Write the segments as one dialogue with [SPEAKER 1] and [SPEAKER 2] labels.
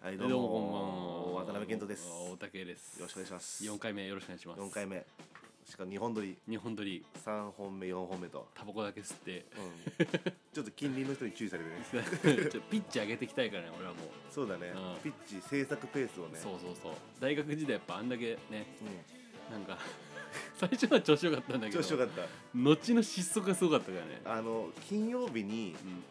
[SPEAKER 1] はい、ど
[SPEAKER 2] ど
[SPEAKER 1] うも
[SPEAKER 2] うもこんばんは
[SPEAKER 1] 渡辺健人です
[SPEAKER 2] 大竹です
[SPEAKER 1] よろしくお願いします
[SPEAKER 2] 4回目よろしくお願いします
[SPEAKER 1] 4回目しかも2本撮り
[SPEAKER 2] 日本撮り
[SPEAKER 1] 3本目4本目と、
[SPEAKER 2] タバコだけ 吸って
[SPEAKER 1] うんちょっと近隣の人に注意されてね
[SPEAKER 2] ちょっとピッチ上げていきたいからね俺はもう
[SPEAKER 1] そうだね、
[SPEAKER 2] うん
[SPEAKER 1] ピッチ制作ペースをね
[SPEAKER 2] そうそうそう大学時代やっぱあんだけね
[SPEAKER 1] うん、
[SPEAKER 2] なんか 最初は調子よかったんだけど
[SPEAKER 1] 調子よかっ
[SPEAKER 2] 後の失速がすごかったからね
[SPEAKER 1] たあの金曜日に
[SPEAKER 2] うん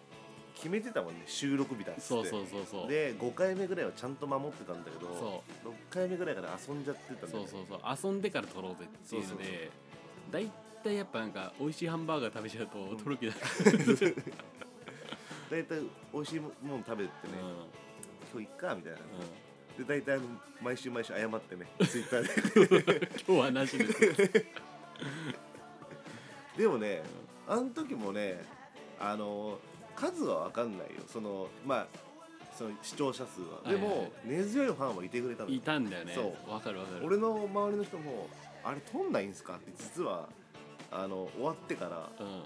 [SPEAKER 1] 決めてたもんね収録日だっつって
[SPEAKER 2] そうそうそうそう
[SPEAKER 1] で5回目ぐらいはちゃんと守ってたんだけど
[SPEAKER 2] そ
[SPEAKER 1] 6回目ぐらいから遊んじゃってたんだよ
[SPEAKER 2] そう
[SPEAKER 1] ね
[SPEAKER 2] そうそう遊んでから撮ろうぜっていう
[SPEAKER 1] そうそうそ
[SPEAKER 2] の
[SPEAKER 1] う
[SPEAKER 2] で大体やっぱなんか美味しいハンバーガー食べちゃうと撮る気だから
[SPEAKER 1] 大体美味しいもの食べてね、今日いっかみたいな、
[SPEAKER 2] うんうん
[SPEAKER 1] で大体あの毎週毎週謝ってねツイッターで
[SPEAKER 2] 今日はなし です。
[SPEAKER 1] でもねあの時もねあの数は分かんないよそのまあその視聴者数はでも、
[SPEAKER 2] はいはいはい
[SPEAKER 1] 根強いファンはいてくれたの
[SPEAKER 2] いたんだよね。
[SPEAKER 1] そう
[SPEAKER 2] わかるわかる。
[SPEAKER 1] 俺の周りの人も「あれ撮んないんすか?」って実はあの終わってから
[SPEAKER 2] うん。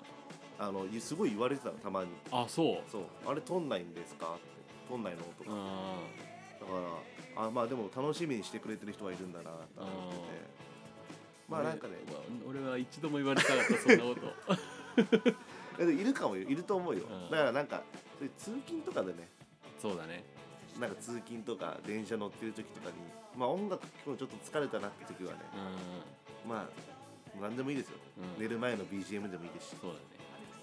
[SPEAKER 1] あのすごい言われてたのたまに
[SPEAKER 2] あ、そう。
[SPEAKER 1] 「そうあれ撮んないんですか?」って「撮んないの?」とか、だ
[SPEAKER 2] うん。
[SPEAKER 1] からあまあでも楽しみにしてくれてる人はいるんだなと思っててまあなんかね
[SPEAKER 2] 俺。俺は一度も言われたかった、そんな こと。
[SPEAKER 1] いやいるかもよいると思うよ、
[SPEAKER 2] うん
[SPEAKER 1] だからなんかそういう通勤とかでね
[SPEAKER 2] そうだね。
[SPEAKER 1] なんか通勤とか電車乗ってる時とかにまあ音楽聴くのちょっと疲れたなって時はね
[SPEAKER 2] う
[SPEAKER 1] まあ何でもいいですよ、
[SPEAKER 2] ん。うん
[SPEAKER 1] 寝。る前の BGM でもいいですし
[SPEAKER 2] そうだね。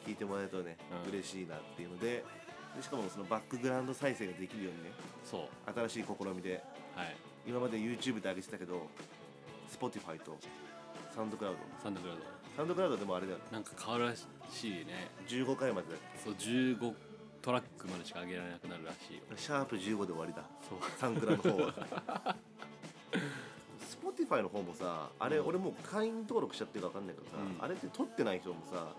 [SPEAKER 1] 聴いてもらえるとね、
[SPEAKER 2] うん
[SPEAKER 1] 嬉しいなっていうのででしかもそのバックグラウンド再生ができるようにね
[SPEAKER 2] そう。
[SPEAKER 1] 新しい試みで
[SPEAKER 2] はい。
[SPEAKER 1] 今まで YouTube で上げてたけど Spotify とサウンドクラウド
[SPEAKER 2] サンダーグラウ
[SPEAKER 1] サウンドクラウドでもあれだよ
[SPEAKER 2] ド。なんか変わるらしいね。
[SPEAKER 1] 15回までだっ
[SPEAKER 2] そう、十五トラックまでしか上げられなくなるらしいよ。
[SPEAKER 1] けシャープ15で終わりだ
[SPEAKER 2] そう。
[SPEAKER 1] サンクラの方 は Spotify の方もさあれ、
[SPEAKER 2] うん
[SPEAKER 1] 俺もう会員登録しちゃってるか分かんないけどさ、
[SPEAKER 2] うん
[SPEAKER 1] あれって取ってない人もさ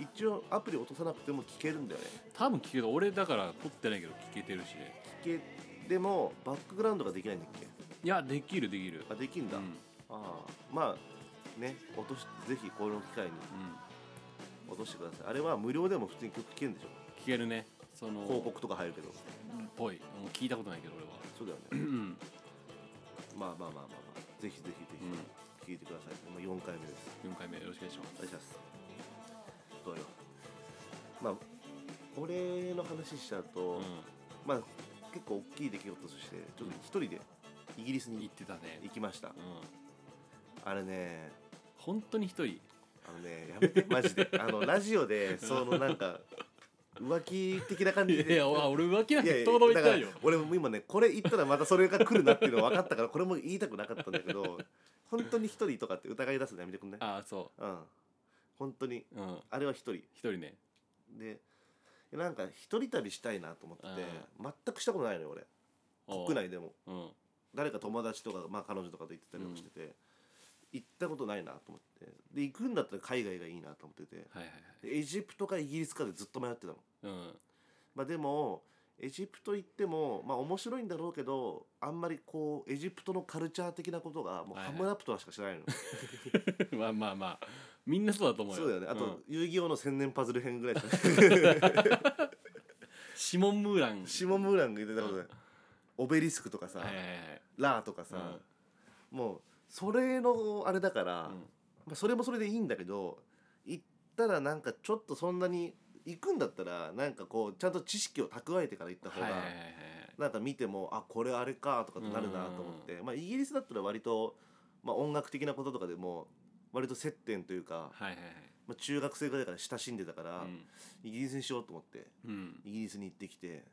[SPEAKER 1] 一応アプリ落とさなくても聞けるんだよね
[SPEAKER 2] 多分聞けど、俺だから撮ってないけど聞けてるしね。
[SPEAKER 1] 聞けでもバックグラウンドができないんだっけ
[SPEAKER 2] いや、できるできる。
[SPEAKER 1] あできん
[SPEAKER 2] う
[SPEAKER 1] だ、
[SPEAKER 2] ん。
[SPEAKER 1] ああまあね落としぜひこの機会に
[SPEAKER 2] うん。
[SPEAKER 1] 落としてくださいあれは無料でも普通に曲聴けるんでしょ
[SPEAKER 2] 聞けるね。その。
[SPEAKER 1] 広告とか入るけど
[SPEAKER 2] ぽい。もう聞いたことないけど、俺は。
[SPEAKER 1] そうだよ
[SPEAKER 2] う
[SPEAKER 1] ね
[SPEAKER 2] ん。
[SPEAKER 1] まあまあまあまあまあぜひぜひぜひ聴いてください、もう4回目です
[SPEAKER 2] 4回目よろしくお願いしま
[SPEAKER 1] お願いしますどうよまあ俺の話しちゃうと、
[SPEAKER 2] す、
[SPEAKER 1] まあ結構大きい出来事としてちょっと一人でイギリス
[SPEAKER 2] うん、言
[SPEAKER 1] に
[SPEAKER 2] ってたね、
[SPEAKER 1] 行きました
[SPEAKER 2] うん、
[SPEAKER 1] あれね
[SPEAKER 2] 本当に一人
[SPEAKER 1] あのねやめてマジ であのラジオでそのなんか浮気的な感じ
[SPEAKER 2] い
[SPEAKER 1] で
[SPEAKER 2] やお俺浮気なん
[SPEAKER 1] い
[SPEAKER 2] か
[SPEAKER 1] やいや
[SPEAKER 2] とほど言
[SPEAKER 1] だ
[SPEAKER 2] っ
[SPEAKER 1] か
[SPEAKER 2] た
[SPEAKER 1] ら
[SPEAKER 2] いよ
[SPEAKER 1] 俺も今ねこれ言ったらまたそれが来るなっていうの分かったからこれも言いたくなかったんだけど本当に一人とかって疑い出すのやめてくんない
[SPEAKER 2] ああそ
[SPEAKER 1] うん本当に
[SPEAKER 2] ううん
[SPEAKER 1] あれは一人
[SPEAKER 2] 一人ね
[SPEAKER 1] でなんか一人旅したいなと思ってて、
[SPEAKER 2] う
[SPEAKER 1] 全くしたことないのよ俺
[SPEAKER 2] おう
[SPEAKER 1] 国内でも
[SPEAKER 2] うん
[SPEAKER 1] 誰か友達とか、まあ、彼女とかと行ってたりもしてて、行ったことないなと思ってで行くんだったら海外がいいなと思ってて
[SPEAKER 2] はいはいはい
[SPEAKER 1] でエジプトかイギリスかでずっと迷ってたの、
[SPEAKER 2] うん
[SPEAKER 1] まあ、でもエジプト行ってもまあ面白いんだろうけどあんまりこうエジプトのカルチャー的なことがもう
[SPEAKER 2] はい
[SPEAKER 1] ハ
[SPEAKER 2] はい
[SPEAKER 1] ムラプトラしか知らないの、
[SPEAKER 2] まあまあまあみんなそうだと思うよ
[SPEAKER 1] そうだよねあと、
[SPEAKER 2] うん
[SPEAKER 1] 遊戯王の千年パズル編ぐらいしか
[SPEAKER 2] シモン・ムーラン
[SPEAKER 1] シモンムーランが言ってたことないオベリスクとかさ、
[SPEAKER 2] はいはいはい
[SPEAKER 1] ラーとかさ、もうそれのあれだから、
[SPEAKER 2] うん
[SPEAKER 1] まあ、それもそれでいいんだけど行ったらなんかちょっとそんなに行くんだったらなんかこうちゃんと知識を蓄えてから行った方
[SPEAKER 2] は
[SPEAKER 1] が、
[SPEAKER 2] いはいはいはい
[SPEAKER 1] なんか見てもあこれあれかとかってなるなと思って、まあ、イギリスだったら割と、まあ、音楽的なこととかでも割と接点というか、
[SPEAKER 2] はいはいはい
[SPEAKER 1] まあ、中学生ぐらいから親しんでたから、
[SPEAKER 2] うん
[SPEAKER 1] イギリスにしようと思って
[SPEAKER 2] うん
[SPEAKER 1] イギリスに行ってきて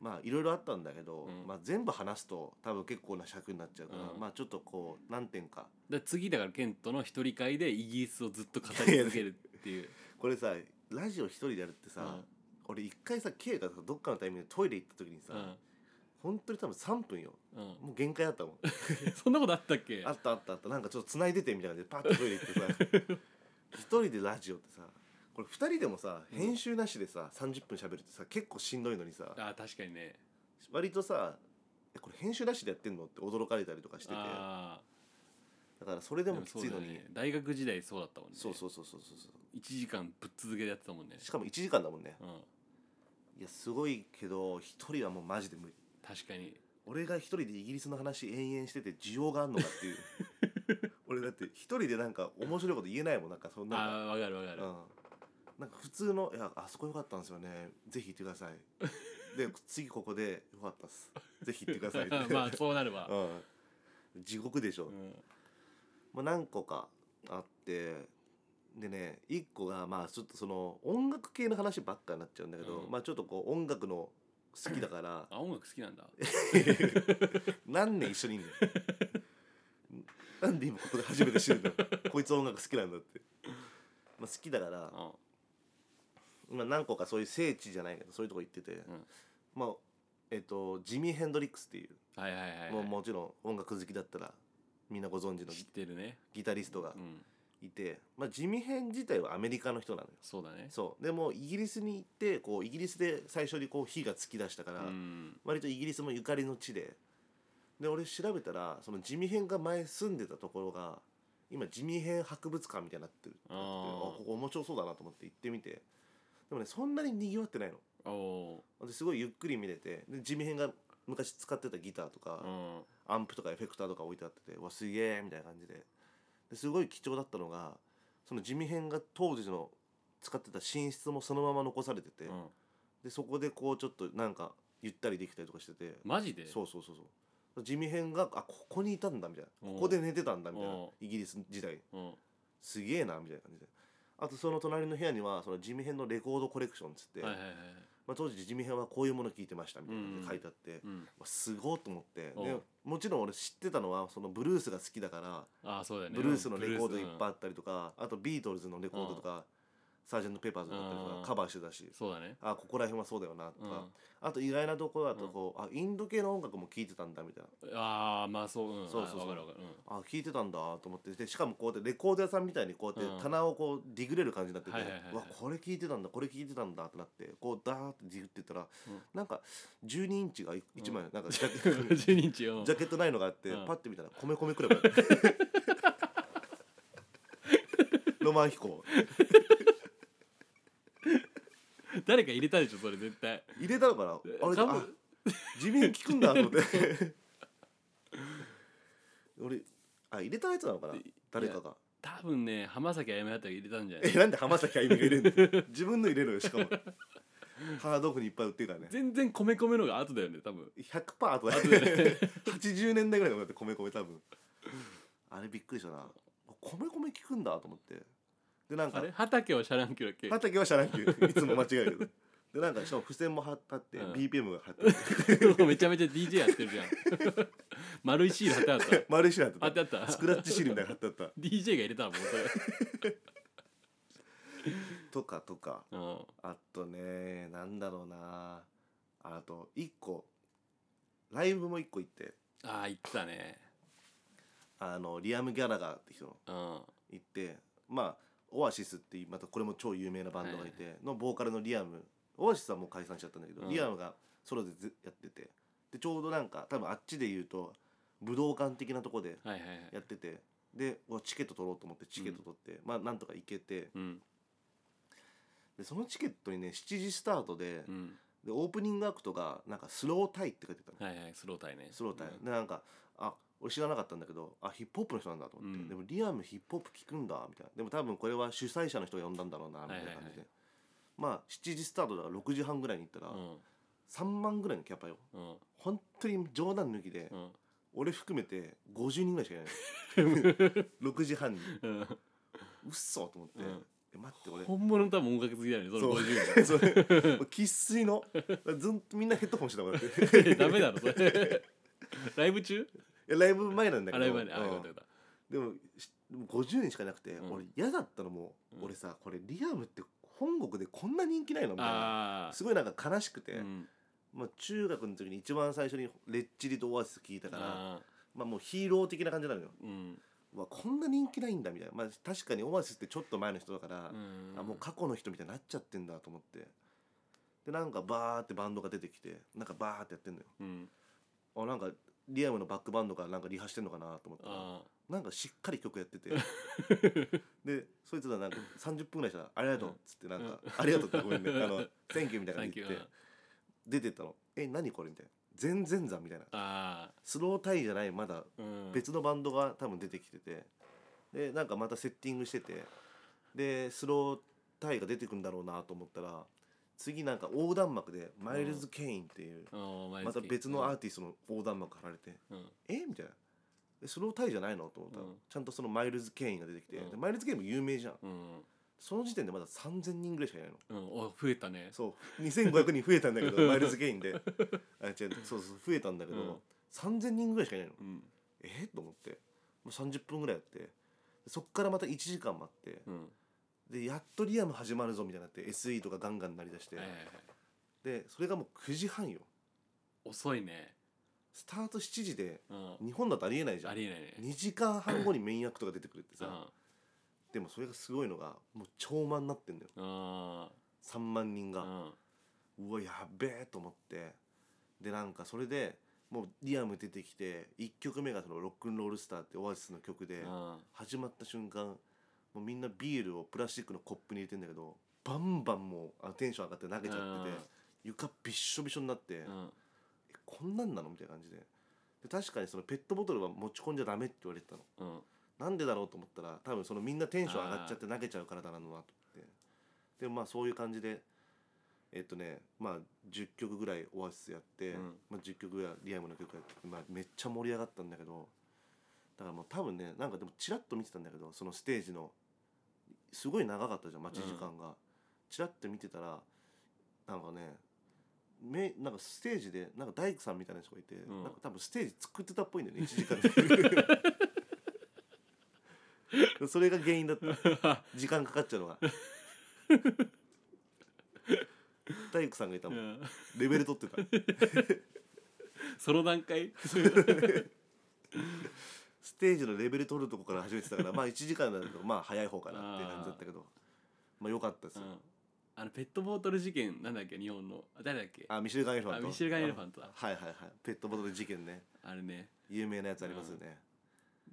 [SPEAKER 1] まあいろいろあったんだけど、
[SPEAKER 2] うん
[SPEAKER 1] まあ、全部話すと多分結構な尺になっちゃうから、
[SPEAKER 2] うん
[SPEAKER 1] まあちょっとこう何点か
[SPEAKER 2] だから次だからケントの一人会でイギリスをずっと語り続けるっていう
[SPEAKER 1] これさラジオ一人でやるってさ、俺一回さ K がさどっかのタイミングでトイレ行った時にさ、
[SPEAKER 2] うんうん
[SPEAKER 1] 本当に多分3分よ
[SPEAKER 2] うん
[SPEAKER 1] もう限界だったもん
[SPEAKER 2] そんなことあったっけ
[SPEAKER 1] あったあったあったなんかちょっと繋いでてみたいな感じでパッとトイレ行って さ一人でラジオってさこれ二人でもさ
[SPEAKER 2] うん
[SPEAKER 1] 編集なしでさ30分喋るってさ結構しんどいのにさ
[SPEAKER 2] あ確かにね
[SPEAKER 1] 割とさえこれ編集なしでやってんのって驚かれたりとかしててだ
[SPEAKER 2] あ
[SPEAKER 1] からそれ
[SPEAKER 2] ー
[SPEAKER 1] でもきついのに
[SPEAKER 2] でもそうだよね大学時代そうだったもんね
[SPEAKER 1] そうそうそうそうそうそう
[SPEAKER 2] 1時間ぶっ続けてやってたもんね
[SPEAKER 1] しかも1時間だもんね
[SPEAKER 2] うん
[SPEAKER 1] いやすごいけど一人はもうマジで無理
[SPEAKER 2] 確かに
[SPEAKER 1] 俺が一人でイギリスの話延々してて需要があんのかっていう 俺だって一人でなんか面白いこと言えないもんなんかそんな
[SPEAKER 2] ああーわかるわかる、
[SPEAKER 1] うん、なんか普通の「いやあそこ良かったんですよねぜひ行ってください」で次ここで「良かったっすぜひ行ってください」って、
[SPEAKER 2] まあそうなるわ、
[SPEAKER 1] うん、地獄でしょ、
[SPEAKER 2] うん
[SPEAKER 1] まあ、何個かあってでね一個がまあちょっとその音楽系の話ばっかになっちゃうんだけど、
[SPEAKER 2] うん
[SPEAKER 1] まあちょっとこう音楽の好きだから
[SPEAKER 2] あ音楽好きなんだ
[SPEAKER 1] 何年一緒にいんだよなんで今ここで初めて知るんだよこいつ音楽好きなんだって、まあ、好きだから
[SPEAKER 2] うん
[SPEAKER 1] 今何個かそういう聖地じゃないけどそういうとこ行ってて、
[SPEAKER 2] ん
[SPEAKER 1] まあえっ、とジミー・ヘンドリックスっていう、
[SPEAKER 2] はいはいはいはい、
[SPEAKER 1] もうもちろん音楽好きだったらみんなご存知の
[SPEAKER 2] 知ってるね
[SPEAKER 1] ギタリストが
[SPEAKER 2] うん
[SPEAKER 1] いて、まあ、ジミヘン自体はアメリカの人なのよ
[SPEAKER 2] そうだね
[SPEAKER 1] そうでもイギリスに行ってこうイギリスで最初にこう火がつき出したから、
[SPEAKER 2] うん
[SPEAKER 1] 割とイギリスもゆかりの地でで俺調べたらそのジミヘンが前住んでたところが今ジミヘン博物館みたいになってる
[SPEAKER 2] あ
[SPEAKER 1] あ
[SPEAKER 2] ー
[SPEAKER 1] ここ面白そうだなと思って行ってみてでもねそんなに賑わってないの
[SPEAKER 2] おお
[SPEAKER 1] ですごいゆっくり見れてでジミヘンが昔使ってたギターとか
[SPEAKER 2] ー、うん
[SPEAKER 1] アンプとかエフェクターとか置いてあっててうわすげえみたいな感じでですごい貴重だったのがその地味編が当時の使ってた寝室もそのまま残されてて、
[SPEAKER 2] うん
[SPEAKER 1] でそこでこうちょっとなんかゆったりできたりとかしてて、
[SPEAKER 2] マジで
[SPEAKER 1] そうそうそうそう地味編があここにいたんだみたいな
[SPEAKER 2] うん
[SPEAKER 1] ここで寝てたんだみたいな
[SPEAKER 2] うん
[SPEAKER 1] イギリス時代
[SPEAKER 2] うん、は
[SPEAKER 1] すげえなみたいな感じであとその隣の部屋にはその地味編のレコードコレクションっつって、
[SPEAKER 2] いはいはいはい
[SPEAKER 1] まあ、当時地味編はこういうもの聴いてましたみたいな感じで書いてあって、
[SPEAKER 2] うん
[SPEAKER 1] わすごいと思って
[SPEAKER 2] うん
[SPEAKER 1] でもちろん俺知ってたのはそのブルースが好きだから
[SPEAKER 2] ああそうだよね
[SPEAKER 1] ブルースのレコードいっぱいあ
[SPEAKER 2] い、
[SPEAKER 1] ったりとかあとビートルズのレコードとかサージェント・ペパーズだったりと
[SPEAKER 2] うん
[SPEAKER 1] かカバーしてたし
[SPEAKER 2] うんそうだね
[SPEAKER 1] あここら辺はそうだよなと
[SPEAKER 2] うん
[SPEAKER 1] かあと意外なところだとこうあインド系の音楽も聴いてたんだみたいな
[SPEAKER 2] ああまあそう、うん、
[SPEAKER 1] そうそうそう
[SPEAKER 2] あわかるわかる、うん
[SPEAKER 1] あ聴いてたんだと思ってでしかもこうやってレコード屋さんみたいにこうやっ
[SPEAKER 2] うん
[SPEAKER 1] て棚をこうディグれる感じになってて
[SPEAKER 2] はいはいはいはいう
[SPEAKER 1] わこれ聴いてたんだこれ聴いてたんだってなってこうダーってディグってったら
[SPEAKER 2] うん
[SPEAKER 1] なんか12インチが1枚なん かジャケ
[SPEAKER 2] 12インチよ
[SPEAKER 1] ジャケットないのがあって、
[SPEAKER 2] うん
[SPEAKER 1] パッて見たら米米クラブだった。 ロマン飛行
[SPEAKER 2] 誰か入れたでしょそれ絶対
[SPEAKER 1] 入れたのかなあれ
[SPEAKER 2] 多
[SPEAKER 1] あ
[SPEAKER 2] 分
[SPEAKER 1] 地味に聞くんだと思って俺あ入れたやつなのかな誰かが
[SPEAKER 2] 多分ね浜崎あやめだったら入れたんじゃない
[SPEAKER 1] えなんで浜崎あゆみが入れるんだよ自分の入れるよしかもハードオフにいっぱい売ってるからね
[SPEAKER 2] 全然米米のが後だよね多分
[SPEAKER 1] 100%あとだね80年代ぐらいのだって米米多分あれびっくりしたな米米聞くんだと思ってでなんか
[SPEAKER 2] あれ畑はシャランキュラっけ
[SPEAKER 1] 畑はシャランキューいつも間違えるでなんかしかも付箋も貼ってあって、
[SPEAKER 2] うん
[SPEAKER 1] BPM が貼ってあって
[SPEAKER 2] めちゃめちゃ DJ やってるじゃん 丸いシール貼ってあった
[SPEAKER 1] 丸いシール貼
[SPEAKER 2] 貼
[SPEAKER 1] っ
[SPEAKER 2] ってて
[SPEAKER 1] あ
[SPEAKER 2] あ
[SPEAKER 1] っ
[SPEAKER 2] った
[SPEAKER 1] たスク ラッチシールみたいなの貼ってあっ
[SPEAKER 2] DJ が入れたもんそれ、
[SPEAKER 1] たとかとか
[SPEAKER 2] うん、
[SPEAKER 1] あとねなんだろうなあと1個ライブも1個行って
[SPEAKER 2] ああ言ってたね
[SPEAKER 1] あのリアム・ギャラガーって人の
[SPEAKER 2] うん
[SPEAKER 1] 行ってまあオアシスっていうまたこれも超有名なバンドがいて、のボーカルのリアムオアシスはもう解散しちゃったんだけど、
[SPEAKER 2] うん
[SPEAKER 1] リアムがソロでずやっててでちょうどなんか多分あっちで言うと武道館的なとこで
[SPEAKER 2] はいはいはい
[SPEAKER 1] やっててでうわチケット取ろうと思ってチケット取って、まあなんとか行けて
[SPEAKER 2] うん
[SPEAKER 1] でそのチケットにね7時スタートで,、
[SPEAKER 2] うん
[SPEAKER 1] でオープニングアクトがなんかスロータイって書いてたの
[SPEAKER 2] はいはいスロータイね
[SPEAKER 1] スロータイ、でなんかあ俺知らなかったんだけどあヒップホップの人なんだと思って、
[SPEAKER 2] うん
[SPEAKER 1] でもリアムヒップホップ聞くんだみたいなでも多分これは主催者の人が呼んだんだろうなみたいな感じで、
[SPEAKER 2] はいはいは
[SPEAKER 1] まあ7時スタートだから6時半ぐらいに行ったら、
[SPEAKER 2] う
[SPEAKER 1] 3万ぐらいのキャパよ
[SPEAKER 2] んうん
[SPEAKER 1] 本当に冗談抜きで、
[SPEAKER 2] うん
[SPEAKER 1] 俺含めて50人ぐらいしかいない6時半 に
[SPEAKER 2] うん
[SPEAKER 1] うっそと思って、
[SPEAKER 2] うん
[SPEAKER 1] え待って俺
[SPEAKER 2] 本物の多分音楽好きだよねその
[SPEAKER 1] そう
[SPEAKER 2] 50
[SPEAKER 1] それ生粋のずんみんなヘッドホンしてたもんだって
[SPEAKER 2] 人 ダメだろそ れライブ中
[SPEAKER 1] いやライブ前なんだ
[SPEAKER 2] あ
[SPEAKER 1] け
[SPEAKER 2] ラ
[SPEAKER 1] ど
[SPEAKER 2] イブはねあ
[SPEAKER 1] うん
[SPEAKER 2] よかったよかっ
[SPEAKER 1] でもしでも50人しかいなくて、
[SPEAKER 2] うん
[SPEAKER 1] 俺嫌だったのもう、
[SPEAKER 2] うん
[SPEAKER 1] 俺さこれリアムって本国でこんな人気ないのみ
[SPEAKER 2] た
[SPEAKER 1] たいな
[SPEAKER 2] ああ
[SPEAKER 1] すごいなんか悲しくて、
[SPEAKER 2] うん
[SPEAKER 1] まあ、中学の時に一番最初にレッチリとオアシス聞いたから
[SPEAKER 2] あ
[SPEAKER 1] まあ、もうヒーロー的な感じなのよ
[SPEAKER 2] ーうん
[SPEAKER 1] うわこんな人気ないんだみたいな、まあ、確かにオアシスってちょっと前の人だから、
[SPEAKER 2] うん
[SPEAKER 1] あもう過去の人みたいになっちゃってんだと思ってでなんかバーってバンドが出てきてなんかバーってやってんのよ
[SPEAKER 2] うん
[SPEAKER 1] あなんかリアムのバックバンドからなんかリハしてんのかなと思ったら
[SPEAKER 2] あ
[SPEAKER 1] なんかしっかり曲やって てでそいつらなんか30分ぐらいしたら「ありがとう」っつってなんか「ありがとう」ってごめんね「あの Thank you」みたいな
[SPEAKER 2] ーサ
[SPEAKER 1] 感
[SPEAKER 2] ン
[SPEAKER 1] じ
[SPEAKER 2] キ
[SPEAKER 1] で
[SPEAKER 2] ュ
[SPEAKER 1] 言っ
[SPEAKER 2] ー
[SPEAKER 1] て出てったの「え何これ?」みたいな「全然座みたいな
[SPEAKER 2] あ
[SPEAKER 1] スロータイじゃないまだ
[SPEAKER 2] あうん
[SPEAKER 1] 別のバンドが多分出てきててでなんかまたセッティングしててでスロータイが出てくんだろうなと思ったら次なんか横断幕でマイルズ・ケインっていう、
[SPEAKER 2] おーマイル
[SPEAKER 1] ま
[SPEAKER 2] ズ
[SPEAKER 1] た
[SPEAKER 2] ケイン
[SPEAKER 1] 別のアーティストの横断幕貼られて、
[SPEAKER 2] うん
[SPEAKER 1] えみたいなえスロータイじゃないのと思ったら、
[SPEAKER 2] うん
[SPEAKER 1] ちゃんとそのマイルズ・ケインが出てきて、
[SPEAKER 2] うん
[SPEAKER 1] でマイルズ・ケインも有名じゃん
[SPEAKER 2] うん
[SPEAKER 1] その時点でまだ3000人ぐらいしかいないの
[SPEAKER 2] うん、お増えたね
[SPEAKER 1] そう2500人増えたんだけど
[SPEAKER 2] うん
[SPEAKER 1] マイルズ・ケインであ違うそうそう増えたんだけど、
[SPEAKER 2] うん
[SPEAKER 1] 3000人ぐらいしかいないの
[SPEAKER 2] うん
[SPEAKER 1] えと思ってもう30分ぐらいやってそっからまた1時間待って
[SPEAKER 2] うん
[SPEAKER 1] でやっとリアム始まるぞみたいになって SE とかガンガン鳴り出して、
[SPEAKER 2] はいはいはい
[SPEAKER 1] でそれがもう9時半よ
[SPEAKER 2] 遅いね
[SPEAKER 1] スタート7時で
[SPEAKER 2] うん
[SPEAKER 1] 日本だとありえないじゃ
[SPEAKER 2] あ
[SPEAKER 1] ん
[SPEAKER 2] りえないね
[SPEAKER 1] 2時間半後にメイン役とか出てくるって
[SPEAKER 2] うん
[SPEAKER 1] さでもそれがすごいのがもう超満になってんだよ
[SPEAKER 2] うん
[SPEAKER 1] 3万人
[SPEAKER 2] う
[SPEAKER 1] が、
[SPEAKER 2] ん
[SPEAKER 1] うわやっべえと思ってでなんかそれでもうリアム出てきて1曲目がその「ロックンロールスター」ってオアシスの曲で
[SPEAKER 2] うん
[SPEAKER 1] 始まった瞬間もうみんなビールをプラスチックのコップに入れてんだけどバンバンもうあテンション上がって投げちゃってて
[SPEAKER 2] うん
[SPEAKER 1] 床びっしょびしょになって、
[SPEAKER 2] う
[SPEAKER 1] え
[SPEAKER 2] ん
[SPEAKER 1] こんなんなのみたいな感じでで確かにそのペットボトルは持ち込んじゃダメって言われてたの
[SPEAKER 2] うん
[SPEAKER 1] なんでだろうと思ったら多分そのみんなテンション上がっちゃって投げちゃうからだなのなと思ってでまあそういう感じでえっとねまあ10曲ぐらいオアシスやって、
[SPEAKER 2] うん
[SPEAKER 1] まあ、10曲ぐらいリアムの曲やって、まあ、めっちゃ盛り上がったんだけどだからもう多分ねなんかでもチラッと見てたんだけどそのステージのすごい長かったじゃん待ち時間が、チラッと見てたらなんかねめなんかステージでなんか大工さんみたいな人がいて、
[SPEAKER 2] ん
[SPEAKER 1] なんか多分ステージ作ってたっぽいんだよね1時間 でそれが原因だった時間かかっちゃうのが大工さんがいたも
[SPEAKER 2] うんん
[SPEAKER 1] レベル取ってた
[SPEAKER 2] その段階
[SPEAKER 1] ステージのレベル取るとこから始めてたからまあ1時間だとまあ早い方かなっていう感じだったけどまあ良かったです
[SPEAKER 2] う
[SPEAKER 1] よ、
[SPEAKER 2] んあのペットボトル事件なんだっけ日本のあ誰だっけ
[SPEAKER 1] あミシェルガン・エレファント
[SPEAKER 2] あミシェルガンエレファントだ
[SPEAKER 1] あはいはいはいペットボトル事件ね
[SPEAKER 2] あれね
[SPEAKER 1] 有名なやつありますよね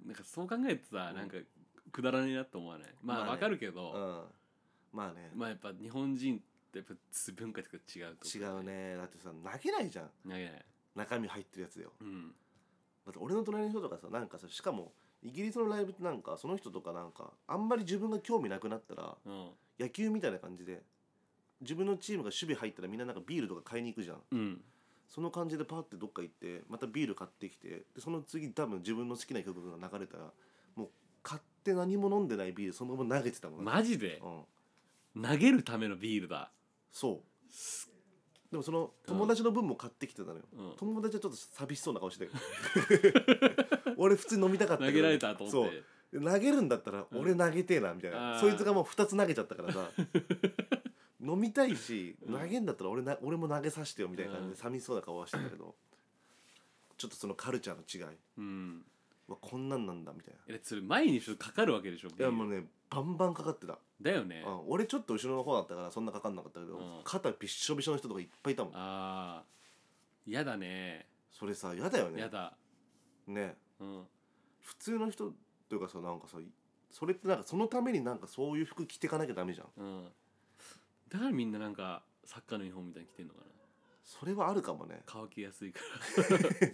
[SPEAKER 2] なんかそう考えてさ
[SPEAKER 1] うん
[SPEAKER 2] なんかくだらねえなと思わないまあ
[SPEAKER 1] まあ
[SPEAKER 2] わ、
[SPEAKER 1] ね
[SPEAKER 2] かるけ
[SPEAKER 1] うん、
[SPEAKER 2] ど、
[SPEAKER 1] まあね
[SPEAKER 2] まあやっぱ日本人ってやっぱ文化とか違うと
[SPEAKER 1] 違うねだってさ投げないじゃん
[SPEAKER 2] 投げない
[SPEAKER 1] 中身入ってるやつよ
[SPEAKER 2] うん
[SPEAKER 1] だって俺の隣の人とかさなんかさしかもイギリスのライブってなんかその人とかなんかあんまり自分が興味なくなったら
[SPEAKER 2] うん
[SPEAKER 1] 野球みたいな感じで自分のチームが守備入ったらみんななんかビールとか買いに行くじゃん
[SPEAKER 2] うん
[SPEAKER 1] その感じでパーってどっか行ってまたビール買ってきてでその次多分自分の好きな曲が流れたらもう買って何も飲んでないビールそのまま投げてたもん、
[SPEAKER 2] マジで
[SPEAKER 1] うん、
[SPEAKER 2] 投げるためのビールだ
[SPEAKER 1] そうでもその友達の分も買ってきてたのよ、
[SPEAKER 2] うん
[SPEAKER 1] 友達はちょっと寂しそうな顔して 俺普通に飲みたかった
[SPEAKER 2] 投げられたと思っ
[SPEAKER 1] そう
[SPEAKER 2] て
[SPEAKER 1] で投げるんだったら俺投げてえなみたいな、
[SPEAKER 2] あー
[SPEAKER 1] そいつがもう2つ投げちゃったから さ飲みたいし投げんだったら俺な俺も投げさせてよみたいな感じで
[SPEAKER 2] うん
[SPEAKER 1] 寂しそうな顔はしてたけどちょっとそのカルチャーの違い
[SPEAKER 2] うん
[SPEAKER 1] はこんなんなんだみたい
[SPEAKER 2] えそれ毎日かかるわけでしょビー
[SPEAKER 1] な
[SPEAKER 2] ル
[SPEAKER 1] いやもうねバンバンかかってた、
[SPEAKER 2] だよね、
[SPEAKER 1] うん、俺ちょっと後ろの方だったからそんなかかんなかったけど、
[SPEAKER 2] うん
[SPEAKER 1] 肩びっしょびしょの人とかいっぱいいたもん
[SPEAKER 2] ああやだね
[SPEAKER 1] それさ嫌だよね
[SPEAKER 2] やだ
[SPEAKER 1] ね
[SPEAKER 2] うん
[SPEAKER 1] 普通の人というかさなんかさそれってなんかそのためになんかそういう服着てかなきゃダメじゃん
[SPEAKER 2] うんだからみんななんかサッカーのユニフォームみたいに着てんのかな
[SPEAKER 1] それはあるかもね
[SPEAKER 2] 乾きやすいから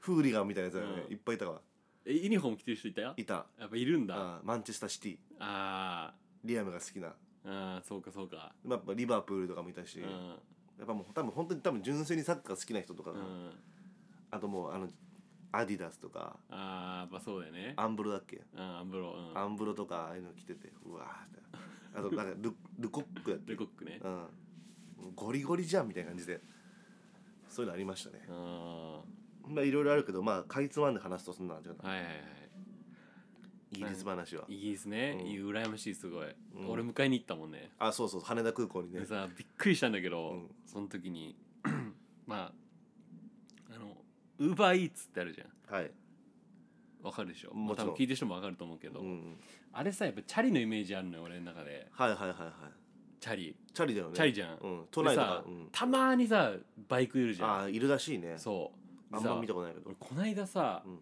[SPEAKER 1] フーリガンみたいなやつだよね、
[SPEAKER 2] うん
[SPEAKER 1] いっぱいいたから
[SPEAKER 2] えユニフォーム着てる人いたよ
[SPEAKER 1] いた
[SPEAKER 2] やっぱいるんだあ
[SPEAKER 1] あーマンチェスターシティ
[SPEAKER 2] あ
[SPEAKER 1] リアムが好きな、
[SPEAKER 2] ーあーそうかそうか
[SPEAKER 1] まあ、やっぱリバプールとかもいたし、
[SPEAKER 2] うん
[SPEAKER 1] やっぱもう多分本当に多分純粋にサッカー好きな人とか、
[SPEAKER 2] うん
[SPEAKER 1] あともうあのアディダスとか
[SPEAKER 2] ああやっぱそうだよね
[SPEAKER 1] アンブロだっけ、
[SPEAKER 2] うんアンブロうん
[SPEAKER 1] アンブロとかああいうの着ててうわーってあとなんかルルコックやっ
[SPEAKER 2] レ
[SPEAKER 1] て
[SPEAKER 2] コックね
[SPEAKER 1] うんゴリゴリじゃんみたいな感じでそういうのありましたね
[SPEAKER 2] うんは
[SPEAKER 1] まあいろいろあるけどまあかいつまんで話すとそんな感じか
[SPEAKER 2] い
[SPEAKER 1] な
[SPEAKER 2] はいはい
[SPEAKER 1] イギリス話は
[SPEAKER 2] イギリスね、
[SPEAKER 1] うん
[SPEAKER 2] いい羨ましいすごい、
[SPEAKER 1] うん
[SPEAKER 2] 俺迎えに行ったもんね
[SPEAKER 1] あそうそう羽田空港にね
[SPEAKER 2] でさびっくりしたんだけど、
[SPEAKER 1] うん
[SPEAKER 2] その時に まああのウーバーイーツってあるじゃん
[SPEAKER 1] はい
[SPEAKER 2] わかるでしょ
[SPEAKER 1] もちろん
[SPEAKER 2] 多分聞いてる人もわかると思うけど、
[SPEAKER 1] うん
[SPEAKER 2] あれさやっぱチャリのイメージあるのよ俺の中で
[SPEAKER 1] はいはいはいはい
[SPEAKER 2] チャリ
[SPEAKER 1] チャリだよね
[SPEAKER 2] チャリじゃん
[SPEAKER 1] うん、都内とか
[SPEAKER 2] でさ、
[SPEAKER 1] うん、
[SPEAKER 2] たまーにさバイクいるじゃん
[SPEAKER 1] ああいるらしいね
[SPEAKER 2] そう
[SPEAKER 1] あん
[SPEAKER 2] でさ
[SPEAKER 1] ま見たことないけど
[SPEAKER 2] 俺こないださ、
[SPEAKER 1] うん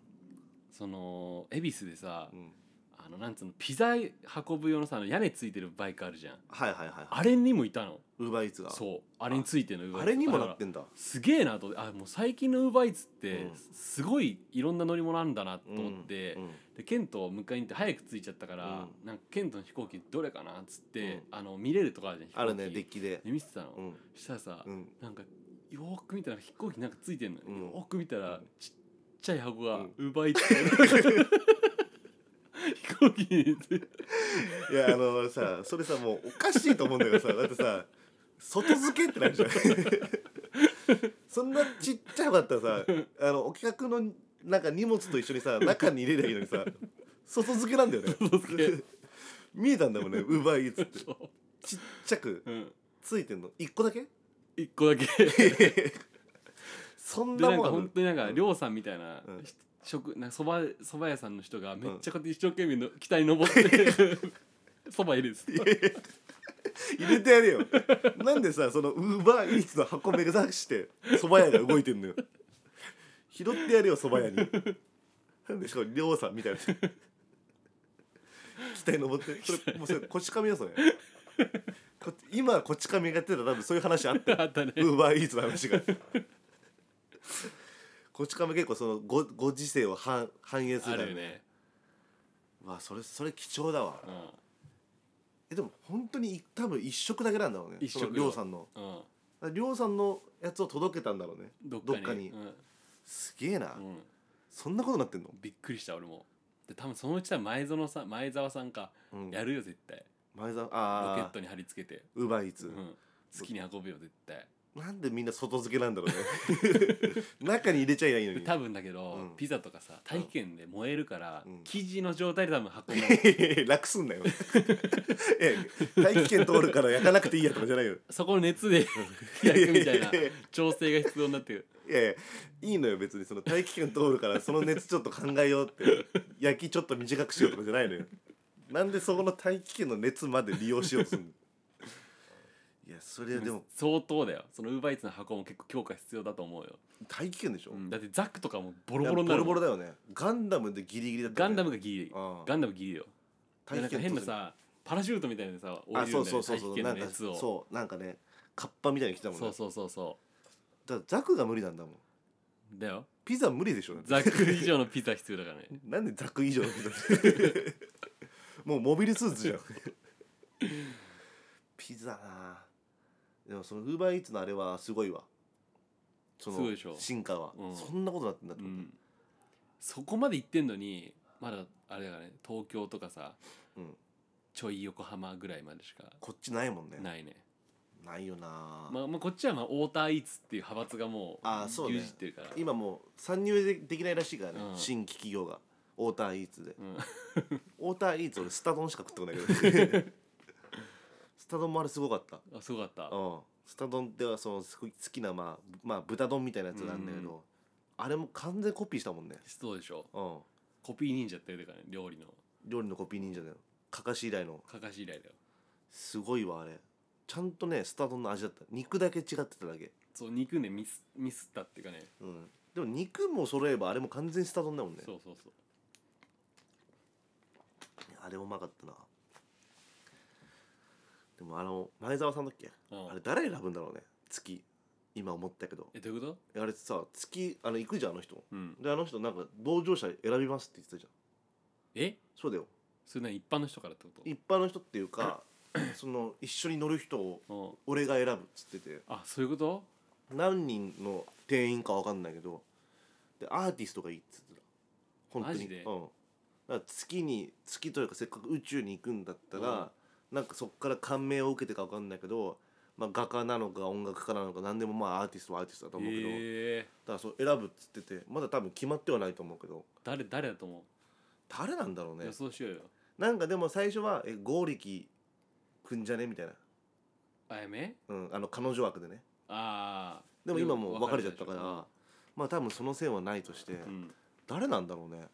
[SPEAKER 2] その恵比寿でさ、
[SPEAKER 1] うん
[SPEAKER 2] ああのなんつうのピザ運ぶ用のさあの屋根ついてるバイクあるじゃん
[SPEAKER 1] はいはいはい
[SPEAKER 2] あれにもいたの
[SPEAKER 1] ウーバーイーツが
[SPEAKER 2] そうあれについての Uber
[SPEAKER 1] あれにも
[SPEAKER 2] だ
[SPEAKER 1] な
[SPEAKER 2] から
[SPEAKER 1] ってんだ
[SPEAKER 2] すげえなと思ってあもう最近のウーバーイーツって
[SPEAKER 1] うん
[SPEAKER 2] すごいいろんな乗り物なんだなと思って、
[SPEAKER 1] うん
[SPEAKER 2] でケントを迎えに行って早く着いちゃったから、なんかケントの飛行機どれかなっつって、あの見れるとこあるじゃん飛行機
[SPEAKER 1] あるねデッキで
[SPEAKER 2] で見てたの、
[SPEAKER 1] うん
[SPEAKER 2] したらさ、
[SPEAKER 1] うん
[SPEAKER 2] なんかよーく見たら飛行機なんかついてんの、
[SPEAKER 1] うん
[SPEAKER 2] よーく見たらちっちゃい箱が
[SPEAKER 1] うん
[SPEAKER 2] 奪いつつ 飛行機について
[SPEAKER 1] いやあのさそれさもうおかしいと思うんだけどさだってさ外付けってなるじゃんそんなちっちゃい子だったらさあのお客のなんか荷物と一緒にさ中に入れりゃいいのにさ外付けなんだよね
[SPEAKER 2] 外付
[SPEAKER 1] 見えたんだもんねウーバーイーツって
[SPEAKER 2] そ
[SPEAKER 1] ちっちゃく
[SPEAKER 2] ううん
[SPEAKER 1] ついてんの一個だけ
[SPEAKER 2] 一個だけ
[SPEAKER 1] そん
[SPEAKER 2] で
[SPEAKER 1] な
[SPEAKER 2] なん
[SPEAKER 1] もん
[SPEAKER 2] か
[SPEAKER 1] ある
[SPEAKER 2] 本当になんか
[SPEAKER 1] うん
[SPEAKER 2] りょうさんみたいな、
[SPEAKER 1] うん
[SPEAKER 2] 食なんかそばそば屋さんの人がめっちゃこうやって一生懸命の北に登って そば入れるっつって
[SPEAKER 1] 入れてやれよなんでさそのウーバーイーツの箱目指して蕎麦屋が動いてんのよ拾ってやれよ蕎麦屋になんでしかもりょうさんみたいな期待登ってそれもうそれこち亀よそれこ今こち亀がやってたら多分そういう話あったよ
[SPEAKER 2] あったね
[SPEAKER 1] ウーバーイーツの話がこち亀結構そのごご時世を反反映す
[SPEAKER 2] あ
[SPEAKER 1] るから
[SPEAKER 2] るよね、
[SPEAKER 1] わあそれそれ貴重だわ
[SPEAKER 2] う
[SPEAKER 1] えでも本当にい多分一食だけなんだろうね
[SPEAKER 2] 一
[SPEAKER 1] そ
[SPEAKER 2] 食
[SPEAKER 1] のりょうさんの
[SPEAKER 2] んうん、
[SPEAKER 1] りょうさんのやつを届けたんだろうね
[SPEAKER 2] どっか
[SPEAKER 1] ど
[SPEAKER 2] に
[SPEAKER 1] っかに
[SPEAKER 2] うん
[SPEAKER 1] すげえな、
[SPEAKER 2] うん
[SPEAKER 1] そんなことなってんの、
[SPEAKER 2] びっくりした俺もで多分そのうちは前園さん前澤さんか、
[SPEAKER 1] うん、
[SPEAKER 2] やるよ絶対
[SPEAKER 1] 前澤
[SPEAKER 2] ロケ
[SPEAKER 1] あ
[SPEAKER 2] ッ
[SPEAKER 1] あ
[SPEAKER 2] トに貼り付けて、
[SPEAKER 1] ウーバーイーツ、
[SPEAKER 2] うん、好きに運ぶよ絶対
[SPEAKER 1] なんでみんな外付けなんだろうね 中に入れちゃいないの
[SPEAKER 2] で
[SPEAKER 1] に
[SPEAKER 2] 多分だけど、
[SPEAKER 1] うん
[SPEAKER 2] ピザとかさ大気圏で燃えるから、
[SPEAKER 1] うん
[SPEAKER 2] 生地の状態で多分運ぶ
[SPEAKER 1] 楽すんなよええ大気圏通るから焼かなくていいやとかじゃないよ
[SPEAKER 2] そこの熱で 焼くみたいな調整が必要になってくる
[SPEAKER 1] いやいやいいのよ別にその大気圏通るからその熱ちょっと考えようって焼きちょっと短くしようとかじゃないのよなんでそこの大気圏の熱まで利用しようとするのいやそれでも
[SPEAKER 2] 相当だよそのウーバーイーツの箱も結構強化必要だと思うよ、
[SPEAKER 1] 大気圏でしょ、
[SPEAKER 2] うんだってザックとかもボロ
[SPEAKER 1] いや
[SPEAKER 2] ボロになるもん
[SPEAKER 1] だよねガンダムでギリギリだった
[SPEAKER 2] ガ
[SPEAKER 1] よね、
[SPEAKER 2] ンダムがギリ
[SPEAKER 1] ああ
[SPEAKER 2] ガンダムギリよでなんか
[SPEAKER 1] 大気
[SPEAKER 2] 変な
[SPEAKER 1] 圏突入
[SPEAKER 2] さパラシュートみたいなのさ
[SPEAKER 1] あ
[SPEAKER 2] る
[SPEAKER 1] そ
[SPEAKER 2] ん
[SPEAKER 1] う
[SPEAKER 2] だ
[SPEAKER 1] そう
[SPEAKER 2] よね
[SPEAKER 1] そう
[SPEAKER 2] 大
[SPEAKER 1] そ
[SPEAKER 2] 気
[SPEAKER 1] う
[SPEAKER 2] 圏
[SPEAKER 1] な
[SPEAKER 2] の
[SPEAKER 1] んか
[SPEAKER 2] やつを
[SPEAKER 1] そうなんかねカッパみたいに来たもんね
[SPEAKER 2] そうそうそうそう
[SPEAKER 1] だからザクが無理なんだもん
[SPEAKER 2] だよ
[SPEAKER 1] ピザ無理でしょ
[SPEAKER 2] ザック以上のピザ必要だからね
[SPEAKER 1] なんでザク以上の ピザもうモビルスーツじゃんピザなあでもそのウーバーイーツのあれはすごいわそ
[SPEAKER 2] すごいでし
[SPEAKER 1] の
[SPEAKER 2] ょ
[SPEAKER 1] 進化は、
[SPEAKER 2] うん
[SPEAKER 1] そんなことなってんだって
[SPEAKER 2] う
[SPEAKER 1] こと、
[SPEAKER 2] んそこまで行ってんのにまだあれだからね東京とかさ、
[SPEAKER 1] うん
[SPEAKER 2] ちょい横浜ぐらいまでしか
[SPEAKER 1] こっちないもんねない
[SPEAKER 2] ないね
[SPEAKER 1] よなあ、
[SPEAKER 2] まあ、まあこっちはまあ太田イーツっていう派閥がもう
[SPEAKER 1] あーそうね
[SPEAKER 2] 牛耳ってるから
[SPEAKER 1] 今もう参入でできないらしいからね、
[SPEAKER 2] うん
[SPEAKER 1] 新規企業がウォーターイーツで
[SPEAKER 2] う ん、
[SPEAKER 1] ウォーターイーツ俺スタ丼しか食ってこないけど スタ丼もあれすごかった
[SPEAKER 2] あすごかった
[SPEAKER 1] うんスタ丼ではそのすごい好きな、まあ、まあ豚丼みたいなやつなんだけど、
[SPEAKER 2] う
[SPEAKER 1] あれも完全コピーしたもんね
[SPEAKER 2] そうでしょ
[SPEAKER 1] うん
[SPEAKER 2] コピー忍者っていうからね料理の
[SPEAKER 1] 料理のコピー忍者だよかかし以来の
[SPEAKER 2] かかし以来だよ
[SPEAKER 1] すごいわあれちゃんとねスタ丼の味だった肉だけ違ってただけ
[SPEAKER 2] そう肉ねミスミスったっていうかね
[SPEAKER 1] うんでも肉も揃えばあれも完全にスタ丼だもんね
[SPEAKER 2] そうそうそう
[SPEAKER 1] あれうまかったなでもあの前澤さんだっけ、
[SPEAKER 2] うん
[SPEAKER 1] あれ誰選ぶんだろうね月今思ったけど
[SPEAKER 2] えどういうこと
[SPEAKER 1] あれさ月あの行くじゃんあの人
[SPEAKER 2] うん
[SPEAKER 1] であの人なんか同乗者選びますって言ってたじゃん
[SPEAKER 2] え
[SPEAKER 1] そうだよ
[SPEAKER 2] それ何一般の人からってこと
[SPEAKER 1] 一般の人っていう かその一緒に乗る人を
[SPEAKER 2] うん
[SPEAKER 1] 俺が選ぶっつってて
[SPEAKER 2] あそういうこと
[SPEAKER 1] 何人の店員かわかんないけどでアーティストがいいっつってた本当に
[SPEAKER 2] マジで
[SPEAKER 1] うん、だから月に月というかせっかく宇宙に行くんだったら、なんかそこから感銘を受けてかわかんないけど、まあ、画家なのか音楽家なのか何でもまあアーティストはアーティストだと思うけど、だ
[SPEAKER 2] へえ
[SPEAKER 1] からそう選ぶっつっててまだ多分決まってはないと思うけど
[SPEAKER 2] 誰誰だと思
[SPEAKER 1] 誰なんだろう
[SPEAKER 2] う、
[SPEAKER 1] ね
[SPEAKER 2] 予想しようよ
[SPEAKER 1] なんかでも最初は「え剛力くんじゃね?」みたいな、
[SPEAKER 2] あやめ
[SPEAKER 1] うん、あの彼女枠でね
[SPEAKER 2] ああ
[SPEAKER 1] でも今もう別れちゃったからまあ多分その線はないとして、
[SPEAKER 2] うん、
[SPEAKER 1] 誰なんだろうね